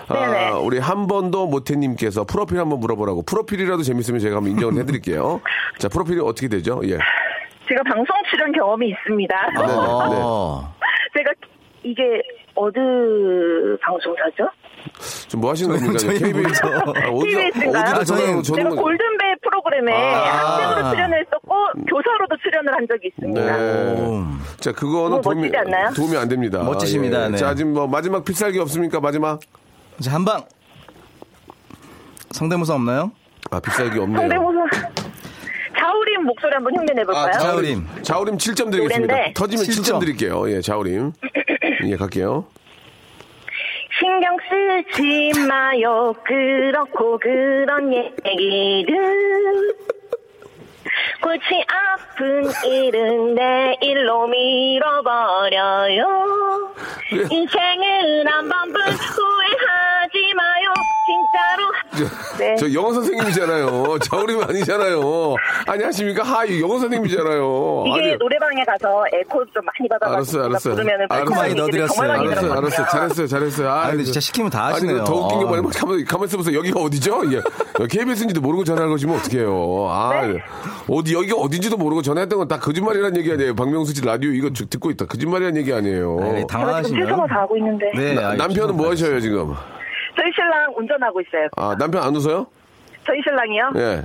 Speaker 7: 네네.
Speaker 1: 아, 우리 한 번도 모태님께서 프로필 한번 물어보라고. 프로필이라도 재밌으면 제가 한번 인정을 해드릴게요. 자, 프로필이 어떻게 되죠? 예. 아.
Speaker 7: 제가 방송 출연 경험이 있습니다.
Speaker 1: 네, 네, 네.
Speaker 4: 어,
Speaker 7: 제가 이게 어느 방송사죠?
Speaker 1: 지금 뭐 하시는 겁니까?
Speaker 4: 저희
Speaker 1: KBS 아,
Speaker 4: 뭐죠?
Speaker 1: 어디다
Speaker 7: KBS인가요?
Speaker 1: 어디다 전화로
Speaker 4: 저희-
Speaker 1: 아, 저는
Speaker 7: 내가
Speaker 1: 거-
Speaker 7: 골든벨 프로그램에
Speaker 1: 아. 음.
Speaker 7: 학생으로 출연했었고 교사로도 출연을 한 적이 있습니다.
Speaker 1: 네.
Speaker 4: 오.
Speaker 1: 자 그거는
Speaker 7: 너무
Speaker 1: 도움이
Speaker 7: 뭐 멋지지 않나요?
Speaker 1: 도움이 안 됩니다.
Speaker 4: 음. 멋지십니다,
Speaker 1: 아,
Speaker 4: 네.
Speaker 1: 자 지금 뭐 마지막 필살기 없습니까? 마지막
Speaker 4: 자, 한 방. 성대모사 없나요?
Speaker 1: 아 필살기 없네요.
Speaker 7: 성대모사 자우림 목소리 한번 흉내내볼까요?
Speaker 4: 아, 자우림.
Speaker 1: 자우림 7점 드리겠습니다.
Speaker 7: 노랜데.
Speaker 1: 터지면 7점.
Speaker 4: 7점
Speaker 1: 드릴게요. 예, 자우림. 예, 갈게요.
Speaker 7: 신경 쓰지 마요 그렇고 그런 얘기는 골치 아픈 일은 내일로 밀어버려요
Speaker 1: 예.
Speaker 7: 인생은 한 번뿐 후회하지 마요 진짜로 네.
Speaker 1: 저 영어 선생님이잖아요. 자우림 아니잖아요. 아니, 하십니까? 하, 이 영어 선생님이잖아요.
Speaker 7: 이게
Speaker 1: 아니,
Speaker 7: 노래방에 가서 에코 좀 많이
Speaker 1: 알았어요,
Speaker 7: 받아가지고 제가
Speaker 1: 알았어요.
Speaker 7: 부르면은
Speaker 1: 알았어요.
Speaker 7: 깔끔하게
Speaker 4: 많이
Speaker 7: 얘기를 정말 많이
Speaker 4: 넣어드렸어요.
Speaker 1: 알았어요,
Speaker 7: 들었거든요.
Speaker 1: 알았어요. 잘했어요, 잘했어요. 아,
Speaker 4: 아, 근데
Speaker 1: 이거-
Speaker 4: 진짜 시키면 다
Speaker 1: 아니,
Speaker 4: 하시네요.
Speaker 1: 근데 더 웃긴 게
Speaker 4: 아.
Speaker 1: 뭐냐면, 가만, 가만 있어보세요. 여기가 어디죠? 예. KBS인지도 모르고 전화한 것이면 어떡해요.
Speaker 7: 네.
Speaker 1: 아, 어디, 여기가 어딘지도 모르고 전화했던 건 다 거짓말이라는 얘기 아니에요. 박명수 씨 라디오 이거 쭉 듣고 있다. 거짓말이라는 얘기 아니에요.
Speaker 4: 네,
Speaker 7: 제가 지금
Speaker 4: 당황하시네요.
Speaker 7: 최선을 다하고 있는데
Speaker 4: 네,
Speaker 1: 어, 나-
Speaker 4: 아,
Speaker 1: 남편은 뭐 하셔요, 지금?
Speaker 7: 저희 신랑 운전하고 있어요.
Speaker 1: 아, 남편 안 웃어요?
Speaker 7: 저희 신랑이요.
Speaker 1: 예.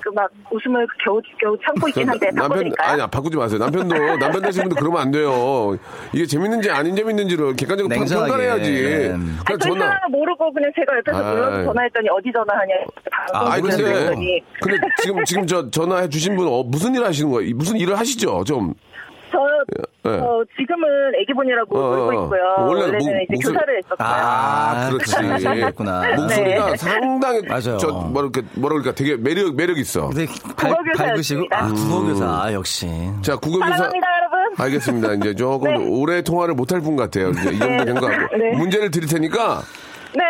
Speaker 7: 그 막 웃음을 겨우 겨우 참고 있긴 한데
Speaker 1: 남편
Speaker 7: 바꿔드릴까요?
Speaker 1: 아니 바꾸지 마세요. 남편도 남편 되신 분도 그러면 안 돼요. 이게 재밌는지 아닌 재밌는지를 객관적으로 평-
Speaker 4: 냉정하게,
Speaker 1: 평가해야지.
Speaker 4: 네.
Speaker 1: 그냥
Speaker 7: 아니, 저희
Speaker 1: 전화.
Speaker 7: 신랑은 모르고 그냥 제가 옆에서
Speaker 1: 아이.
Speaker 7: 눌러서 전화했더니 어디 전화하냐
Speaker 4: 아,
Speaker 1: 아니
Speaker 7: 방금
Speaker 1: 근데
Speaker 4: 모르겠어요.
Speaker 7: 그랬더니
Speaker 1: 근데 지금 지금 저 전화해 주신 분 어, 무슨 일 하시는 거예요? 이- 무슨 일을 하시죠? 좀
Speaker 7: 저
Speaker 1: 예.
Speaker 7: 어, 지금은 애기분이라고
Speaker 1: 어,
Speaker 7: 놀고
Speaker 1: 어.
Speaker 7: 있고요.
Speaker 1: 원래
Speaker 7: 원래는
Speaker 1: 목-
Speaker 7: 이제
Speaker 1: 목소리-
Speaker 7: 교사를 했었어요.
Speaker 4: 아,
Speaker 1: 그렇지.
Speaker 4: 그렇구나.
Speaker 7: 네.
Speaker 1: 목소리가 상당히
Speaker 4: 맞아요.
Speaker 1: 저 뭐라 그럴까 뭐라 그럴까 되게 매력 매력 있어.
Speaker 4: 근데 네, 발,
Speaker 7: 국어교사였습니다.
Speaker 4: 밝으시고 아, 국어교사 아, 역시.
Speaker 1: 자 국어교사
Speaker 7: 사랑합니다 여러분.
Speaker 1: 알겠습니다. 이제 조금
Speaker 7: 네.
Speaker 1: 오래 통화를 못 할 분 같아요. 이제 이 정도 된 거 같고
Speaker 7: 네.
Speaker 1: 문제를 드릴 테니까
Speaker 7: 네.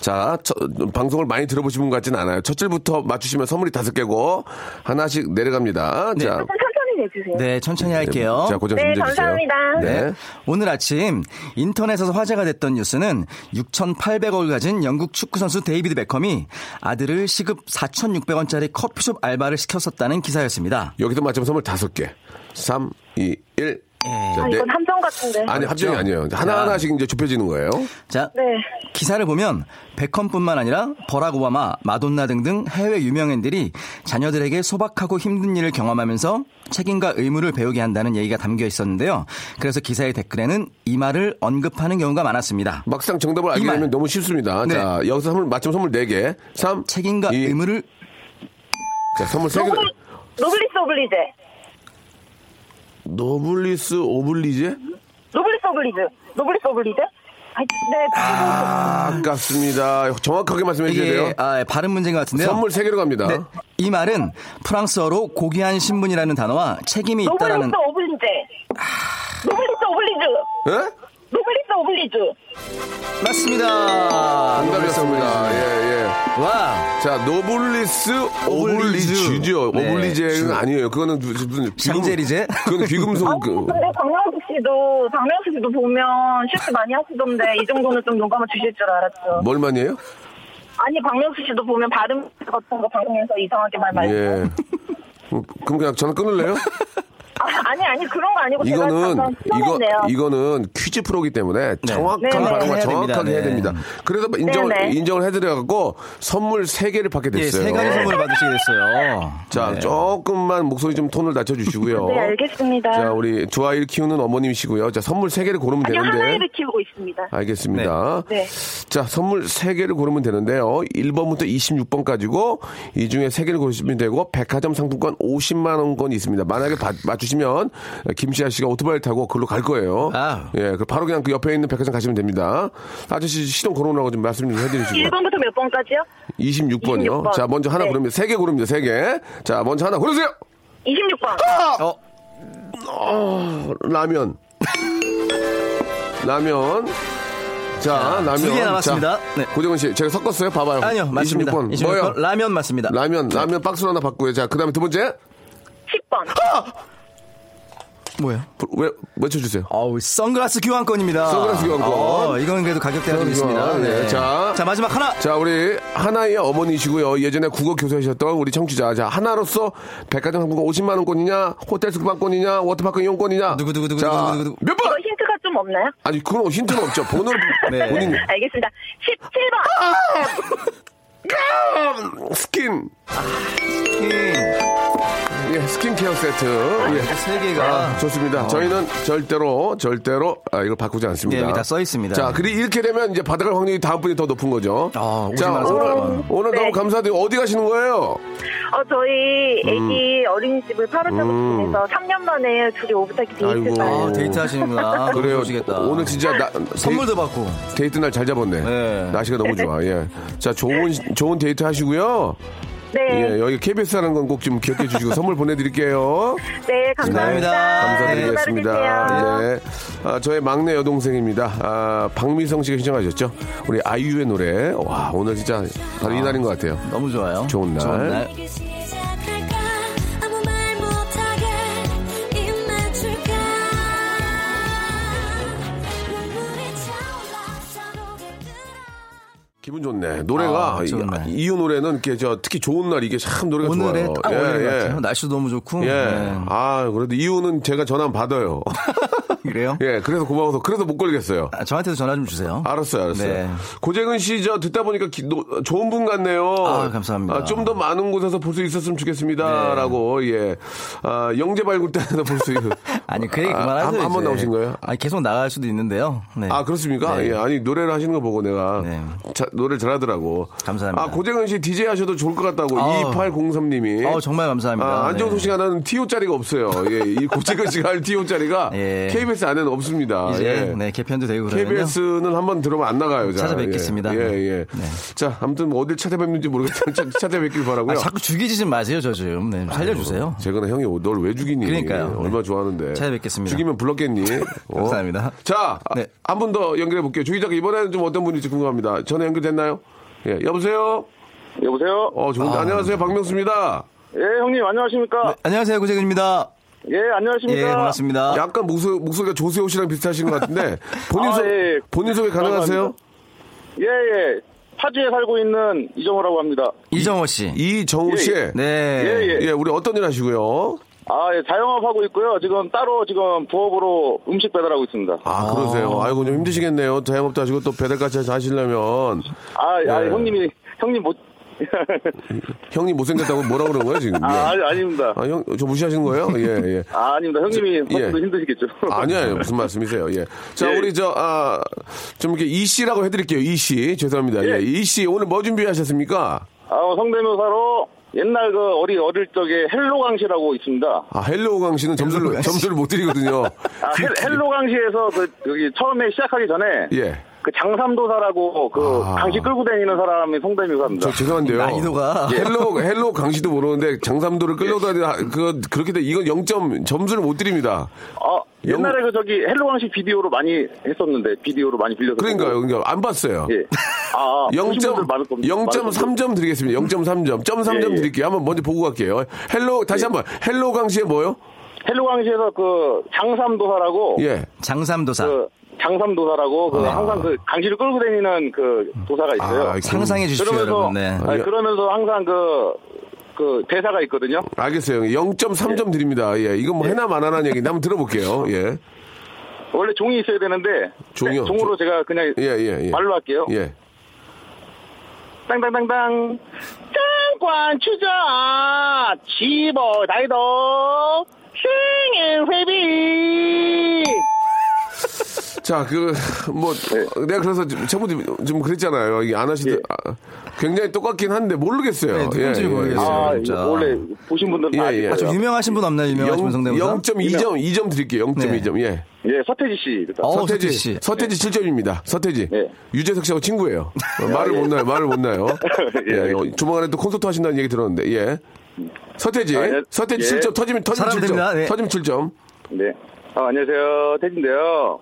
Speaker 1: 자, 첫- 방송을 많이 들어보신 분 같진 않아요. 첫 줄부터 맞추시면 선물이 다섯 개고 하나씩 내려갑니다. 자,
Speaker 7: 조금 천천히 내주세요.
Speaker 4: 네, 천천히 할게요.
Speaker 1: 뭐, 자 고정
Speaker 7: 네,
Speaker 1: 문제 주세요.
Speaker 7: 감사합니다.
Speaker 1: 네.
Speaker 4: 네. 오늘 아침 인터넷에서 화제가 됐던 뉴스는 6,800억을 가진 영국 축구선수 데이비드 베컴이 아들을 시급 4,600원짜리 커피숍 알바를 시켰었다는 기사였습니다.
Speaker 1: 여기서 맞추면 선물 다섯 개. 3, 2, 1.
Speaker 4: 예.
Speaker 7: 아,
Speaker 1: 네.
Speaker 7: 이건 함정 같은데.
Speaker 4: 그렇죠.
Speaker 1: 아니, 합정이 아니에요. 하나하나씩 이제 좁혀지는 거예요.
Speaker 4: 자,
Speaker 7: 네.
Speaker 4: 기사를 보면 베컴뿐만 아니라 버락 오바마, 마돈나 등등 해외 유명인들이 자녀들에게 소박하고 힘든 일을 경험하면서 책임과 의무를 배우게 한다는 얘기가 담겨 있었는데요. 그래서 기사의 댓글에는 이 말을 언급하는 경우가 많았습니다.
Speaker 1: 막상 정답을 알게
Speaker 4: 이 말.
Speaker 1: 되면 너무 쉽습니다.
Speaker 4: 네.
Speaker 1: 자, 여기서 선물, 맞추면 선물 네개 3,
Speaker 4: 책임과 의무를
Speaker 1: 자, 선물 세개
Speaker 7: 노블, 노블리스 오블리제.
Speaker 1: 노블리스 오블리제?
Speaker 7: 노블리스 오블리제. 노블리스 오블리제. 아, 네.
Speaker 1: 아깝습니다. 정확하게 말씀해 주셔야 돼요.
Speaker 4: 아. 이게 아, 예, 발음 문제인 것 같은데요.
Speaker 1: 선물 세개로 갑니다.
Speaker 4: 네, 이 말은 프랑스어로 고귀한 신분이라는 단어와 책임이 있다라는
Speaker 7: 노블리스 오블리제. 노블리스 오블리즈.
Speaker 1: 예?
Speaker 7: 노블리스 오블리즈.
Speaker 4: 맞습니다.
Speaker 1: 정답이었습니다. 예, 예.
Speaker 4: 와
Speaker 1: 자, 노블리스
Speaker 4: 오블리주.
Speaker 1: 오블리주죠.
Speaker 4: 네.
Speaker 1: 오블리제는 아니에요. 그거는 무슨 귀금-
Speaker 4: 샹제리제?
Speaker 1: 그건
Speaker 7: 아,
Speaker 1: 귀금속 그,
Speaker 7: 근데 박명수 씨도 박명수 씨도 보면 슈트 많이 하시던데 이 정도는 좀 용감을 주실 줄 알았죠.
Speaker 1: 뭘 많이 해요?
Speaker 7: 아니 박명수 씨도 보면 발음 같은 거 방송에서 이상하게 말 많이.
Speaker 1: 예. 그럼 그냥 전화 끊을래요?
Speaker 7: 아, 아니 아니 그런 거 아니고 제가
Speaker 1: 이거는
Speaker 7: 잠깐
Speaker 1: 이거
Speaker 7: 시원했네요.
Speaker 1: 이거는 퀴즈 프로기 때문에 정확한
Speaker 7: 네, 네.
Speaker 1: 발음과
Speaker 4: 해야
Speaker 1: 정확하게
Speaker 4: 됩니다.
Speaker 1: 해야 됩니다.
Speaker 4: 네.
Speaker 1: 그래서 뭐 인정을
Speaker 7: 네, 네.
Speaker 1: 인정을 해드려 갖고 선물 세 개를 받게
Speaker 4: 예,
Speaker 1: 됐어요.
Speaker 4: 세 가지 선물을 받으시게 됐어요.
Speaker 1: 자,
Speaker 4: 네.
Speaker 1: 조금만 목소리 좀 톤을 낮춰 주시고요.
Speaker 7: 네 알겠습니다.
Speaker 1: 자, 우리 두 아이를 키우는 어머님이시고요. 자, 선물 세 개를 고르면
Speaker 7: 아니
Speaker 1: 되는데.
Speaker 7: 하나를 키우고 있습니다.
Speaker 1: 알겠습니다.
Speaker 7: 네. 네.
Speaker 1: 자, 선물 세개를 고르면 되는데요. 1번부터 26번까지고 이 중에 세개를 고르시면 되고 백화점 상품권 50만 원권이 있습니다. 만약에 받- 맞추시면 김시아 씨가 오토바이를 타고 글로 갈 거예요.
Speaker 4: 아.
Speaker 1: 예, 그 바로 그냥 그 옆에 있는 백화점 가시면 됩니다. 아저씨 시동 걸어오라고 좀 말씀 좀 해드리시고.
Speaker 7: 1번부터 몇 번까지요?
Speaker 1: 26번이요.
Speaker 7: 26번.
Speaker 1: 자, 먼저 하나
Speaker 7: 네.
Speaker 1: 고릅니다. 세 개 고릅니다. 세개 자, 먼저 하나 고르세요.
Speaker 7: 26번.
Speaker 4: 어,
Speaker 1: 라면. 라면. 자, 라면.
Speaker 4: 두개 남았습니다.
Speaker 1: 자,
Speaker 4: 네.
Speaker 1: 고정은 씨, 제가 섞었어요. 봐봐요.
Speaker 4: 아니요, 맞습니다.
Speaker 1: 26번.
Speaker 4: 26번.
Speaker 1: 뭐요?
Speaker 4: 라면 맞습니다.
Speaker 1: 라면, 라면 박스로 하나 받고요. 자, 그 다음에 두 번째.
Speaker 7: 10번.
Speaker 4: 뭐예요?
Speaker 1: 불- 왜, 외쳐주세요.
Speaker 4: 어우, 선글라스 교환권입니다.
Speaker 1: 선글라스 교환권.
Speaker 4: 어, 이건 그래도 가격대가 좀 있습니다. 네.
Speaker 1: 선글라스, 예. 자.
Speaker 4: 자, 마지막 하나.
Speaker 1: 자, 우리 하나의 어머니시고요. 예전에 국어 교사이셨던 우리 청취자. 자, 하나로서 백화점 상품권 50만원권이냐, 호텔 숙박권이냐, 워터파크 이용권이냐.
Speaker 4: 누구, 누구, 누구,
Speaker 1: 자,
Speaker 4: 누구, 누구, 누구.
Speaker 1: 몇
Speaker 7: 이거
Speaker 1: 번?
Speaker 7: 힌트가 좀 더 없나요?
Speaker 1: 아니 그런 힌트는 없죠. 번호를
Speaker 4: 네.
Speaker 1: 본인이
Speaker 7: 알겠습니다. 17번.
Speaker 1: 스킨
Speaker 4: 예,
Speaker 1: 예 스킨케어 세트 예.
Speaker 4: 세 개가
Speaker 1: 아,
Speaker 4: 어.
Speaker 1: 좋습니다. 저희는 절대로 절대로 아, 이걸 바꾸지 않습니다.
Speaker 4: 네, 여기 다써 있습니다.
Speaker 1: 자, 그리 이렇게 되면 이제 받아갈 확률이 다음 분이 더 높은 거죠.
Speaker 4: 아, 오지
Speaker 1: 자, 오늘
Speaker 4: 마세요.
Speaker 1: 오늘
Speaker 7: 네.
Speaker 1: 너무 감사드리고 어디 가시는 거예요?
Speaker 7: 어, 저희 애기 어린이집을 8월달부터
Speaker 1: 음.
Speaker 7: 보내서 3년 만에 둘이 오붓하게
Speaker 1: 아이고.
Speaker 7: 데이트가요.
Speaker 4: 아, 데이트하시는구나.
Speaker 1: 그래요.
Speaker 4: 오시겠다.
Speaker 1: 오늘 진짜 나,
Speaker 4: 선물도 받고.
Speaker 1: 데이, 데이트 날 잘 잡았네.
Speaker 4: 네.
Speaker 1: 날씨가 너무 좋아. 예. 자, 좋은 좋은 데이트 하시고요.
Speaker 7: 네.
Speaker 1: 예, 여기 KBS라는 건 꼭 좀 기억해 주시고 선물 보내드릴게요.
Speaker 7: 네, 감사합니다.
Speaker 4: 감사합니다.
Speaker 1: 감사드리겠습니다.
Speaker 7: 네.
Speaker 1: 네. 아, 저의 막내 여동생입니다. 아, 박미성 씨가 신청하셨죠? 우리 아이유의 노래. 와, 오늘 진짜 바로 이날인 것 같아요.
Speaker 4: 너무 좋아요.
Speaker 1: 좋은 날.
Speaker 4: 네.
Speaker 8: 내게 시작할까 아무 말 못하게 입 맞출까 눈물이 차올라 서로를 끌어
Speaker 1: 기분 좋네. 노래가
Speaker 4: 아, 좋네.
Speaker 1: 이, 이유 노래는 이렇게 저 특히 좋은 날 이게 참 노래가
Speaker 4: 오늘의
Speaker 1: 좋아요.
Speaker 4: 딱 오늘 같아요. 날씨도 너무 좋고.
Speaker 1: 예.
Speaker 4: 네.
Speaker 1: 아, 그래도 이유는 제가 전화 한번 받아요.
Speaker 4: 그래요?
Speaker 1: 예, 아, 그래서 고마워서 그래서 못 걸겠어요.
Speaker 4: 아, 저한테도 전화 좀 주세요.
Speaker 1: 알았어요, 알았어요.
Speaker 4: 네.
Speaker 1: 고재근 씨 저 듣다 보니까 기- 노- 좋은 분 같네요.
Speaker 4: 아, 감사합니다.
Speaker 1: 좀 더 많은 곳에서 볼 수 있었으면
Speaker 4: 네.
Speaker 1: 좋겠습니다라고 예, 아, 영재 발굴단에서 볼 수 있는.
Speaker 4: 아니 그 얘기
Speaker 1: 아,
Speaker 4: 그만하세요.
Speaker 1: 한- 한번
Speaker 4: 이제.
Speaker 1: 나오신 거예요?
Speaker 4: 아니 계속 나갈 수도 있는데요. 네.
Speaker 1: 아 그렇습니까?
Speaker 4: 네.
Speaker 1: 예, 아니 노래를 하시는 거 보고 내가
Speaker 4: 네.
Speaker 1: 자- 노래를 잘하더라고.
Speaker 4: 감사합니다.
Speaker 1: 아 고재근 씨 DJ 하셔도 좋을 것 같다고
Speaker 4: 아.
Speaker 1: 2803님이.
Speaker 4: 어, 정말 감사합니다.
Speaker 1: 아,
Speaker 4: 네.
Speaker 1: 안정수 씨가 나는 TO 자리가 없어요. 예, 이 고재근 씨가 할 TO 자리가
Speaker 4: 예.
Speaker 1: KBS 안에는 없습니다.
Speaker 4: 이제
Speaker 1: 예.
Speaker 4: 네, 개편도 되고 그러면요.
Speaker 1: KBS는 한번 들어오면 안 나가요. 잘.
Speaker 4: 찾아뵙겠습니다. 네.
Speaker 1: 예, 예. 자, 아무튼 어딜 찾아뵙는지 모르겠지만 찾- 찾아뵙길 바라고요.
Speaker 4: 아, 자꾸 죽이지 좀 마세요, 저 좀. 네, 살려주세요.
Speaker 1: 제가 형이 어, 널 왜 죽이니?
Speaker 4: 그러니까요. 네.
Speaker 1: 얼마 나 좋아하는데.
Speaker 4: 찾아뵙겠습니다.
Speaker 1: 죽이면 불렀겠니? 어?
Speaker 4: 감사합니다.
Speaker 1: 자, 아,
Speaker 4: 네.
Speaker 1: 한 분 더 연결해 볼게요. 주기자가 이번에는 좀 어떤 분일지 궁금합니다. 전화 연결됐나요? 예, 여보세요?
Speaker 5: 여보세요?
Speaker 1: 어, 좋은데. 안녕하세요. 박명수입니다.
Speaker 5: 예, 형님, 안녕하십니까?
Speaker 4: 아, 안녕하세요, 고재근입니다.
Speaker 5: 예, 안녕하십니까?
Speaker 4: 예, 반갑습니다.
Speaker 1: 약간 목소, 목소리가 조세호 씨랑 비슷하신 것 같은데, 본인,
Speaker 5: 아,
Speaker 1: 소,
Speaker 5: 예, 예.
Speaker 1: 본인 소개 가능하세요?
Speaker 5: 감사합니다. 예, 예. 파주에 살고 있는 이정호라고 합니다.
Speaker 4: 이정호 씨.
Speaker 1: 이정호 씨.
Speaker 5: 예.
Speaker 4: 네.
Speaker 5: 예, 예.
Speaker 1: 예, 우리 어떤 일 하시고요?
Speaker 5: 아, 예, 자영업 하고 있고요. 지금 따로 지금 부업으로 음식 배달하고 있습니다.
Speaker 1: 아, 그러세요. 아이고, 좀 힘드시겠네요. 자영업도 하시고 또 배달까지 해서 하시려면.
Speaker 5: 아, 아,
Speaker 1: 예.
Speaker 5: 형님이, 형님 못.
Speaker 1: 형님 못생겼다고 뭐라 그러는 거예요, 지금?
Speaker 5: 아,
Speaker 1: 예.
Speaker 5: 아니, 아닙니다.
Speaker 1: 아, 형, 저 무시하시는 거예요? 예, 예.
Speaker 5: 아, 아닙니다. 형님이
Speaker 1: 예.
Speaker 5: 훨씬 더 힘드시겠죠.
Speaker 1: 아니요, 아니요. 무슨 말씀이세요? 예. 자,
Speaker 5: 예.
Speaker 1: 우리 저, 아, 좀 이렇게 이 씨라고 해드릴게요. 이 씨. 죄송합니다. 예.
Speaker 5: 예.
Speaker 1: 이 씨. 오늘 뭐 준비하셨습니까?
Speaker 5: 아, 어, 성대묘사로 옛날 그 어리 어릴 적에 헬로강시라고 있습니다.
Speaker 1: 아, 헬로우 강 씨는 점수를,
Speaker 4: 강 씨.
Speaker 1: 점수를 못 드리거든요.
Speaker 5: 아, 헬, 로강시에서그 여기 처음에 시작하기 전에
Speaker 1: 예.
Speaker 5: 그 장삼도사라고 그
Speaker 1: 아.
Speaker 5: 강시 끌고 다니는 사람이 성대묘사입니다.
Speaker 1: 저 죄송한데요. 예.
Speaker 4: 난이도가.
Speaker 1: 헬로, 헬로 강 씨도 모르는데 장삼도를 끌려다니다 그, 그렇게 돼. 이건 0점, 점수를 못 드립니다.
Speaker 5: 아, 옛날에 그 저기 헬로강시 비디오로 많이 했었는데 비디오로 많이 빌려서
Speaker 1: 그러니까요.
Speaker 5: 보고.
Speaker 1: 그러니까 안 봤어요.
Speaker 5: 예. 아, 아, 보신 분들 많을 겁니다. 많을
Speaker 1: 0.3점 드리겠습니다. 0.3점. 점 3점
Speaker 5: 예, 예.
Speaker 1: 드릴게요. 한번 먼저 보고 갈게요. 헬로, 다시 한번. 헬로 강시에 뭐요?
Speaker 5: 겁니다. 헬로강시에서 그 장삼도사라고
Speaker 1: 예.
Speaker 4: 장삼도사.
Speaker 5: 그 장삼도사라고 그 항상 그 강시를 끌고 다니는 그 도사가 있어요.
Speaker 1: 아,
Speaker 4: 상상해 주십시오,
Speaker 5: 그러면서
Speaker 4: 여러분. 네.
Speaker 5: 아니, 그러면서 항상 그, 그 대사가 있거든요.
Speaker 1: 알겠어요. 0.3점 드립니다. 예. 이건 뭐 해나 마나나 얘기인데 한번 들어볼게요. 예.
Speaker 5: 원래 종이 있어야 되는데 네,
Speaker 1: 종이요?
Speaker 5: 종으로 제가 그냥
Speaker 1: 예, 예, 예.
Speaker 5: 말로 할게요.
Speaker 1: 예.
Speaker 5: 땅땅땅땅 장관 추자 지보 다이도 승인 회비
Speaker 1: 자, 그, 뭐, 내가 그래서 좀- 저번에 좀 그랬잖아요. 이게 안 하시더,
Speaker 5: 예.
Speaker 1: 아, 굉장히 똑같긴 한데 모르겠어요.
Speaker 4: 네, 누군지 모르겠어요.
Speaker 5: 아
Speaker 4: 진짜.
Speaker 5: 이거 원래 보신 분들 다
Speaker 1: 예, 예.
Speaker 5: 아실
Speaker 4: 아, 좀
Speaker 5: 거예요.
Speaker 4: 유명하신 분 없나요? 유명하신 분 성대모사?
Speaker 1: 0.2점, 2점 드릴게요.
Speaker 4: 네.
Speaker 1: 0.2점. 예.
Speaker 5: 예 서태지 씨 일단.
Speaker 4: 어,
Speaker 1: 서태지 네.
Speaker 4: 서태지 씨.
Speaker 1: 서태지 7점입니다. 서태지.
Speaker 5: 예.
Speaker 1: 유재석 씨하고 친구예요. 어, 말을 못 나요. 말을 못 나요.
Speaker 5: 아, 예,
Speaker 1: 예,
Speaker 5: 알겠습니다.
Speaker 1: 조만간에 또 콘서트 하신다는 얘기 들었는데. 예. 서태지.
Speaker 5: 아, 예.
Speaker 1: 서태지
Speaker 5: 예.
Speaker 1: 7점 터지면 터지면
Speaker 4: 사람
Speaker 1: 7점.
Speaker 4: 됩니다. 네.
Speaker 1: 터지면 7점.
Speaker 5: 네. 아, 안녕하세요. 태진데요.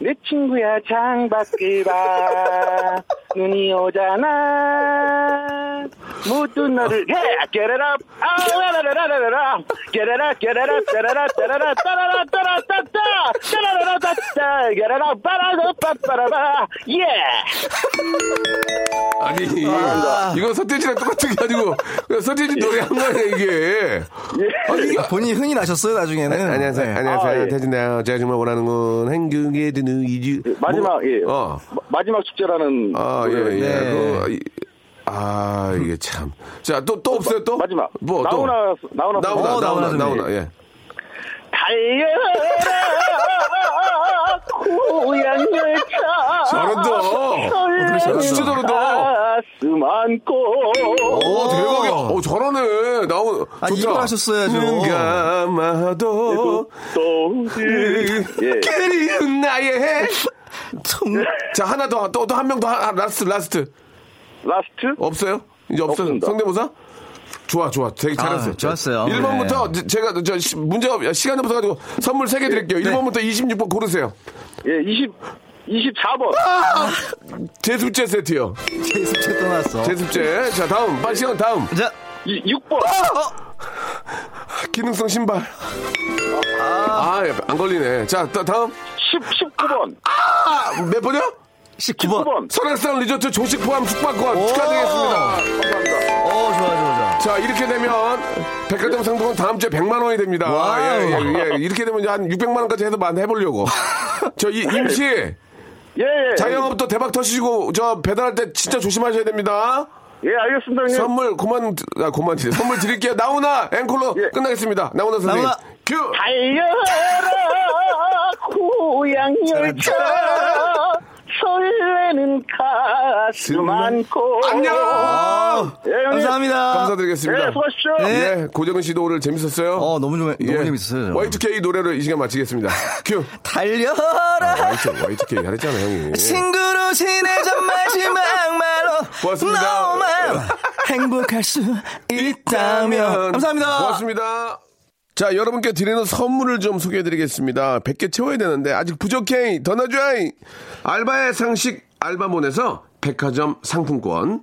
Speaker 5: 내 친구야, 장밖을 봐. 눈이 오잖아. 모든 너를, 해! 깨라라! 아, 라라라라라라! 깨라라, 깨라라, 깨라라, 따라라, 따라라, 따라따따! 깨라라라, 따따! 달걀아라 빠라고 빠빠라바 예
Speaker 1: 아니 이거 서태지랑 똑같은 게 아니고 그냥 서태지 노래 한 거야 이게. 아니
Speaker 5: 예.
Speaker 1: 이게
Speaker 4: 본인이 흥이 나셨어요 나중에는.
Speaker 1: 아, 안녕하세요.
Speaker 4: 네.
Speaker 1: 안녕하세요.
Speaker 5: 아, 예.
Speaker 1: 태진아요. 제가 정말 원하는 건 행복에 드는 이주.
Speaker 5: 마지막
Speaker 1: 뭐-
Speaker 5: 예
Speaker 1: 어.
Speaker 5: 마- 마지막 축제라는
Speaker 1: 아, 예, 예.
Speaker 4: 네.
Speaker 1: 그, 이- 아, 이게 참. 자, 또, 또 없어요, 또?
Speaker 5: 마지막
Speaker 1: 뭐, 또?
Speaker 5: 나훈아
Speaker 1: 나오나,
Speaker 5: 나훈아
Speaker 4: 어,
Speaker 1: 나오나,
Speaker 4: 나훈아
Speaker 1: 나오나,
Speaker 4: 선배.
Speaker 1: 예.
Speaker 5: 달려라 고향 열차
Speaker 1: 잘한다.
Speaker 5: 설레는
Speaker 1: 진짜 잘한다.
Speaker 5: 가슴 안고
Speaker 1: 오, 대박이야. 오, 잘하네. 나오 음,
Speaker 4: 아, 이걸 하셨어야죠.
Speaker 1: 감아도
Speaker 5: 예.
Speaker 1: 그리운 나의.
Speaker 4: 통-
Speaker 1: 자, 하나 더, 또, 또 한 명 더, 하- 아, 라스트, 라스트.
Speaker 5: 라스트
Speaker 1: 없어요? 이제 없어요.
Speaker 5: 없습니다.
Speaker 1: 성대모사? 좋아, 좋아. 되게 잘했어요.
Speaker 4: 아, 좋았어요. 네.
Speaker 1: 1번부터 제가 저 시- 문제 없- 시간이 없어가지고 선물 3개 드릴게요.
Speaker 4: 네.
Speaker 1: 1번부터 26번 고르세요.
Speaker 5: 예 20, 24번
Speaker 1: 제습제 세트요.
Speaker 4: 제습제 떠났어.
Speaker 1: 제습제. 자, 다음. 빨리 시간 다음.
Speaker 4: 자,
Speaker 5: 이, 6번
Speaker 1: 기능성 신발. 아, 예, 안 걸리네. 자, 다, 다음.
Speaker 5: 10, 19번
Speaker 1: 아, 몇 번이요?
Speaker 4: 19번.
Speaker 5: 9번
Speaker 1: 설악산 리조트 조식 포함 숙박권 축하드리겠습니다.
Speaker 5: 감사합니다
Speaker 4: 어, 좋아, 좋아, 좋아.
Speaker 1: 자, 이렇게 되면 백화점 상품은 다음 주에 100만 원이 됩니다.
Speaker 4: 와우.
Speaker 1: 예, 예, 예. 이렇게 되면 이제 한 600만 원까지 해서 만 해보려고. 저 이, 임씨.
Speaker 5: 예예
Speaker 1: 자영업도 대박 터시고 저 배달할 때 진짜 조심하셔야 됩니다.
Speaker 5: 예 알겠습니다 형님
Speaker 1: 선물 고만 아 고만 드려. 선물 드릴게요. 나훈아 앵콜로
Speaker 5: 예.
Speaker 1: 끝나겠습니다. 나훈아 선생님.
Speaker 4: 나훈아.
Speaker 1: 큐.
Speaker 5: 달려라 고향 열차 설레는 가슴 안고
Speaker 1: 안녕.
Speaker 5: 예, 형님.
Speaker 4: 감사합니다.
Speaker 1: 감사드리겠습니다.
Speaker 5: 예, 수고하십시오.
Speaker 1: 네. 예, 고정은 씨도 오늘 재밌었어요.
Speaker 4: 어, 너무 좋아, 너무
Speaker 1: 예.
Speaker 4: 재밌었어요. 저는.
Speaker 1: Y2K 노래를 이 시간 마치겠습니다. 큐.
Speaker 4: 달려라.
Speaker 1: 아, Y2, y k 잘했잖아 형이.
Speaker 4: 친구로 지내자 마지막 말로
Speaker 1: 고맙습니다.
Speaker 4: 너만 행복할 수 있다면 감사합니다
Speaker 1: 고맙습니다. 자, 여러분께 드리는 선물을 좀 소개해드리겠습니다. 100개 채워야 되는데, 아직 부족해. 더 넣어줘. 알바의 상식 알바몬에서 백화점 상품권.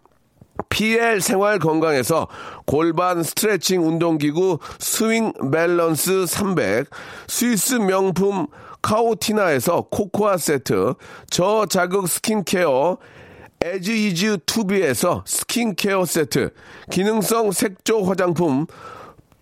Speaker 1: PL 생활 건강에서 골반 스트레칭 운동기구 스윙 밸런스 300, 스위스 명품 카오티나에서 코코아 세트, 저자극 스킨케어, 에즈 이즈 투비에서 스킨케어 세트, 기능성 색조 화장품,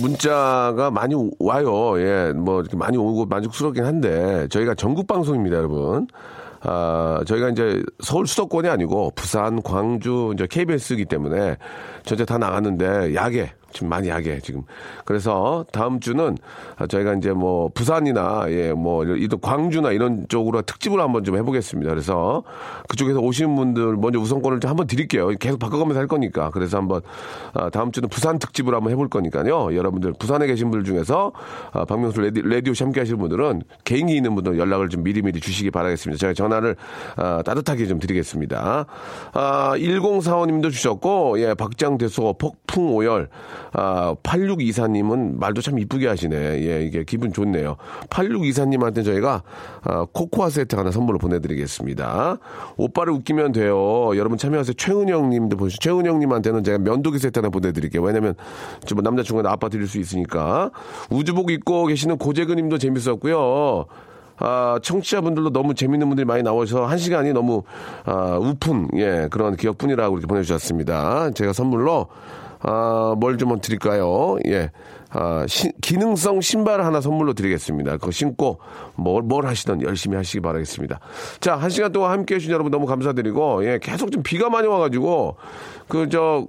Speaker 1: 문자가 많이 오- 와요. 예, 뭐 이렇게 많이 오고 만족스럽긴 한데 저희가 전국 방송입니다, 여러분. 아, 저희가 이제 서울 수도권이 아니고 부산, 광주, 이제 KBS이기 때문에 전체 다 나갔는데 야계 지금 많이 약해 지금. 그래서 다음 주는 아, 저희가 이제 뭐 부산이나 예뭐 이도 광주나 이런 쪽으로 특집을 한번 좀 해보겠습니다. 그래서 그쪽에서 오시는 분들 먼저 우선권을 좀 한번 드릴게요. 계속 바꿔가면서 할 거니까. 그래서 한번 아, 다음 주는 부산 특집을 한번 해볼 거니까요. 여러분들 부산에 계신 분들 중에서 아, 박명수 레디, 레디오씨 함께 하시는 분들은 개인기 있는 분들 연락을 좀 미리미리 주시기 바라겠습니다. 제가 전화를 아, 따뜻하게 좀 드리겠습니다. 아, 1045님도 주셨고 예, 박장대소 폭풍 오열 아, 8624님은 말도 참 이쁘게 하시네. 예, 이게 기분 좋네요. 8624님한테 저희가 아, 코코아 세트 하나 선물로 보내드리겠습니다. 오빠를 웃기면 돼요. 여러분 참여하세요. 최은영님도 보시죠. 최은영님한테는 제가 면도기 세트 하나 보내드릴게요. 왜냐면 지금 남자친구한테 아빠 드릴 수 있으니까 우주복 입고 계시는 고재근님도 재밌었고요. 아, 청취자분들도 너무 재밌는 분들이 많이 나오셔서 한 시간이 너무 아, 우픈 예 그런 기억뿐이라고 이렇게 보내주셨습니다. 제가 선물로 아, 뭘 좀 드릴까요? 예. 아, 시- 기능성 신발 하나 선물로 드리겠습니다. 그거 신고 뭘, 뭘 하시든 열심히 하시기 바라겠습니다. 자, 한 시간 동안 함께 해주신 여러분 너무 감사드리고, 예, 계속 좀 비가 많이 와가지고, 그, 저,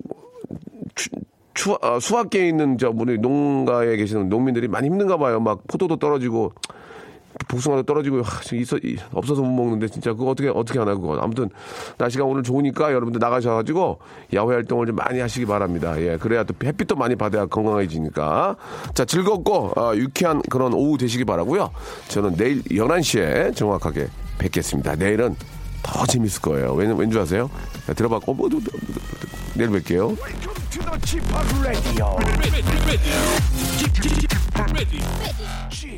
Speaker 1: 추- 추, 아, 수학계에 있는 저, 우리 농가에 계시는 농민들이 많이 힘든가 봐요. 막 포도도 떨어지고, 복숭아도 떨어지고 하, 지금 있어 이- 없어서 못 먹는데 진짜 그거 어떻게 어떻게 하나 그거 아무튼 날씨가 오늘 좋으니까 여러분들 나가셔가지고 야외 활동을 좀 많이 하시기 바랍니다. 예 그래야 또 햇빛도 많이 받아야 건강해지니까 자 즐겁고 어, 유쾌한 그런 오후 되시기 바라고요. 저는 내일 11시에 정확하게 뵙겠습니다. 내일은 더 재밌을 거예요. 왜냐 왠줄 아세요? 자, 들어봤고 뭐, 뭐, 뭐, 뭐, 뭐, 내일 뵐게요.
Speaker 2: ready, ready, ready, ready, ready.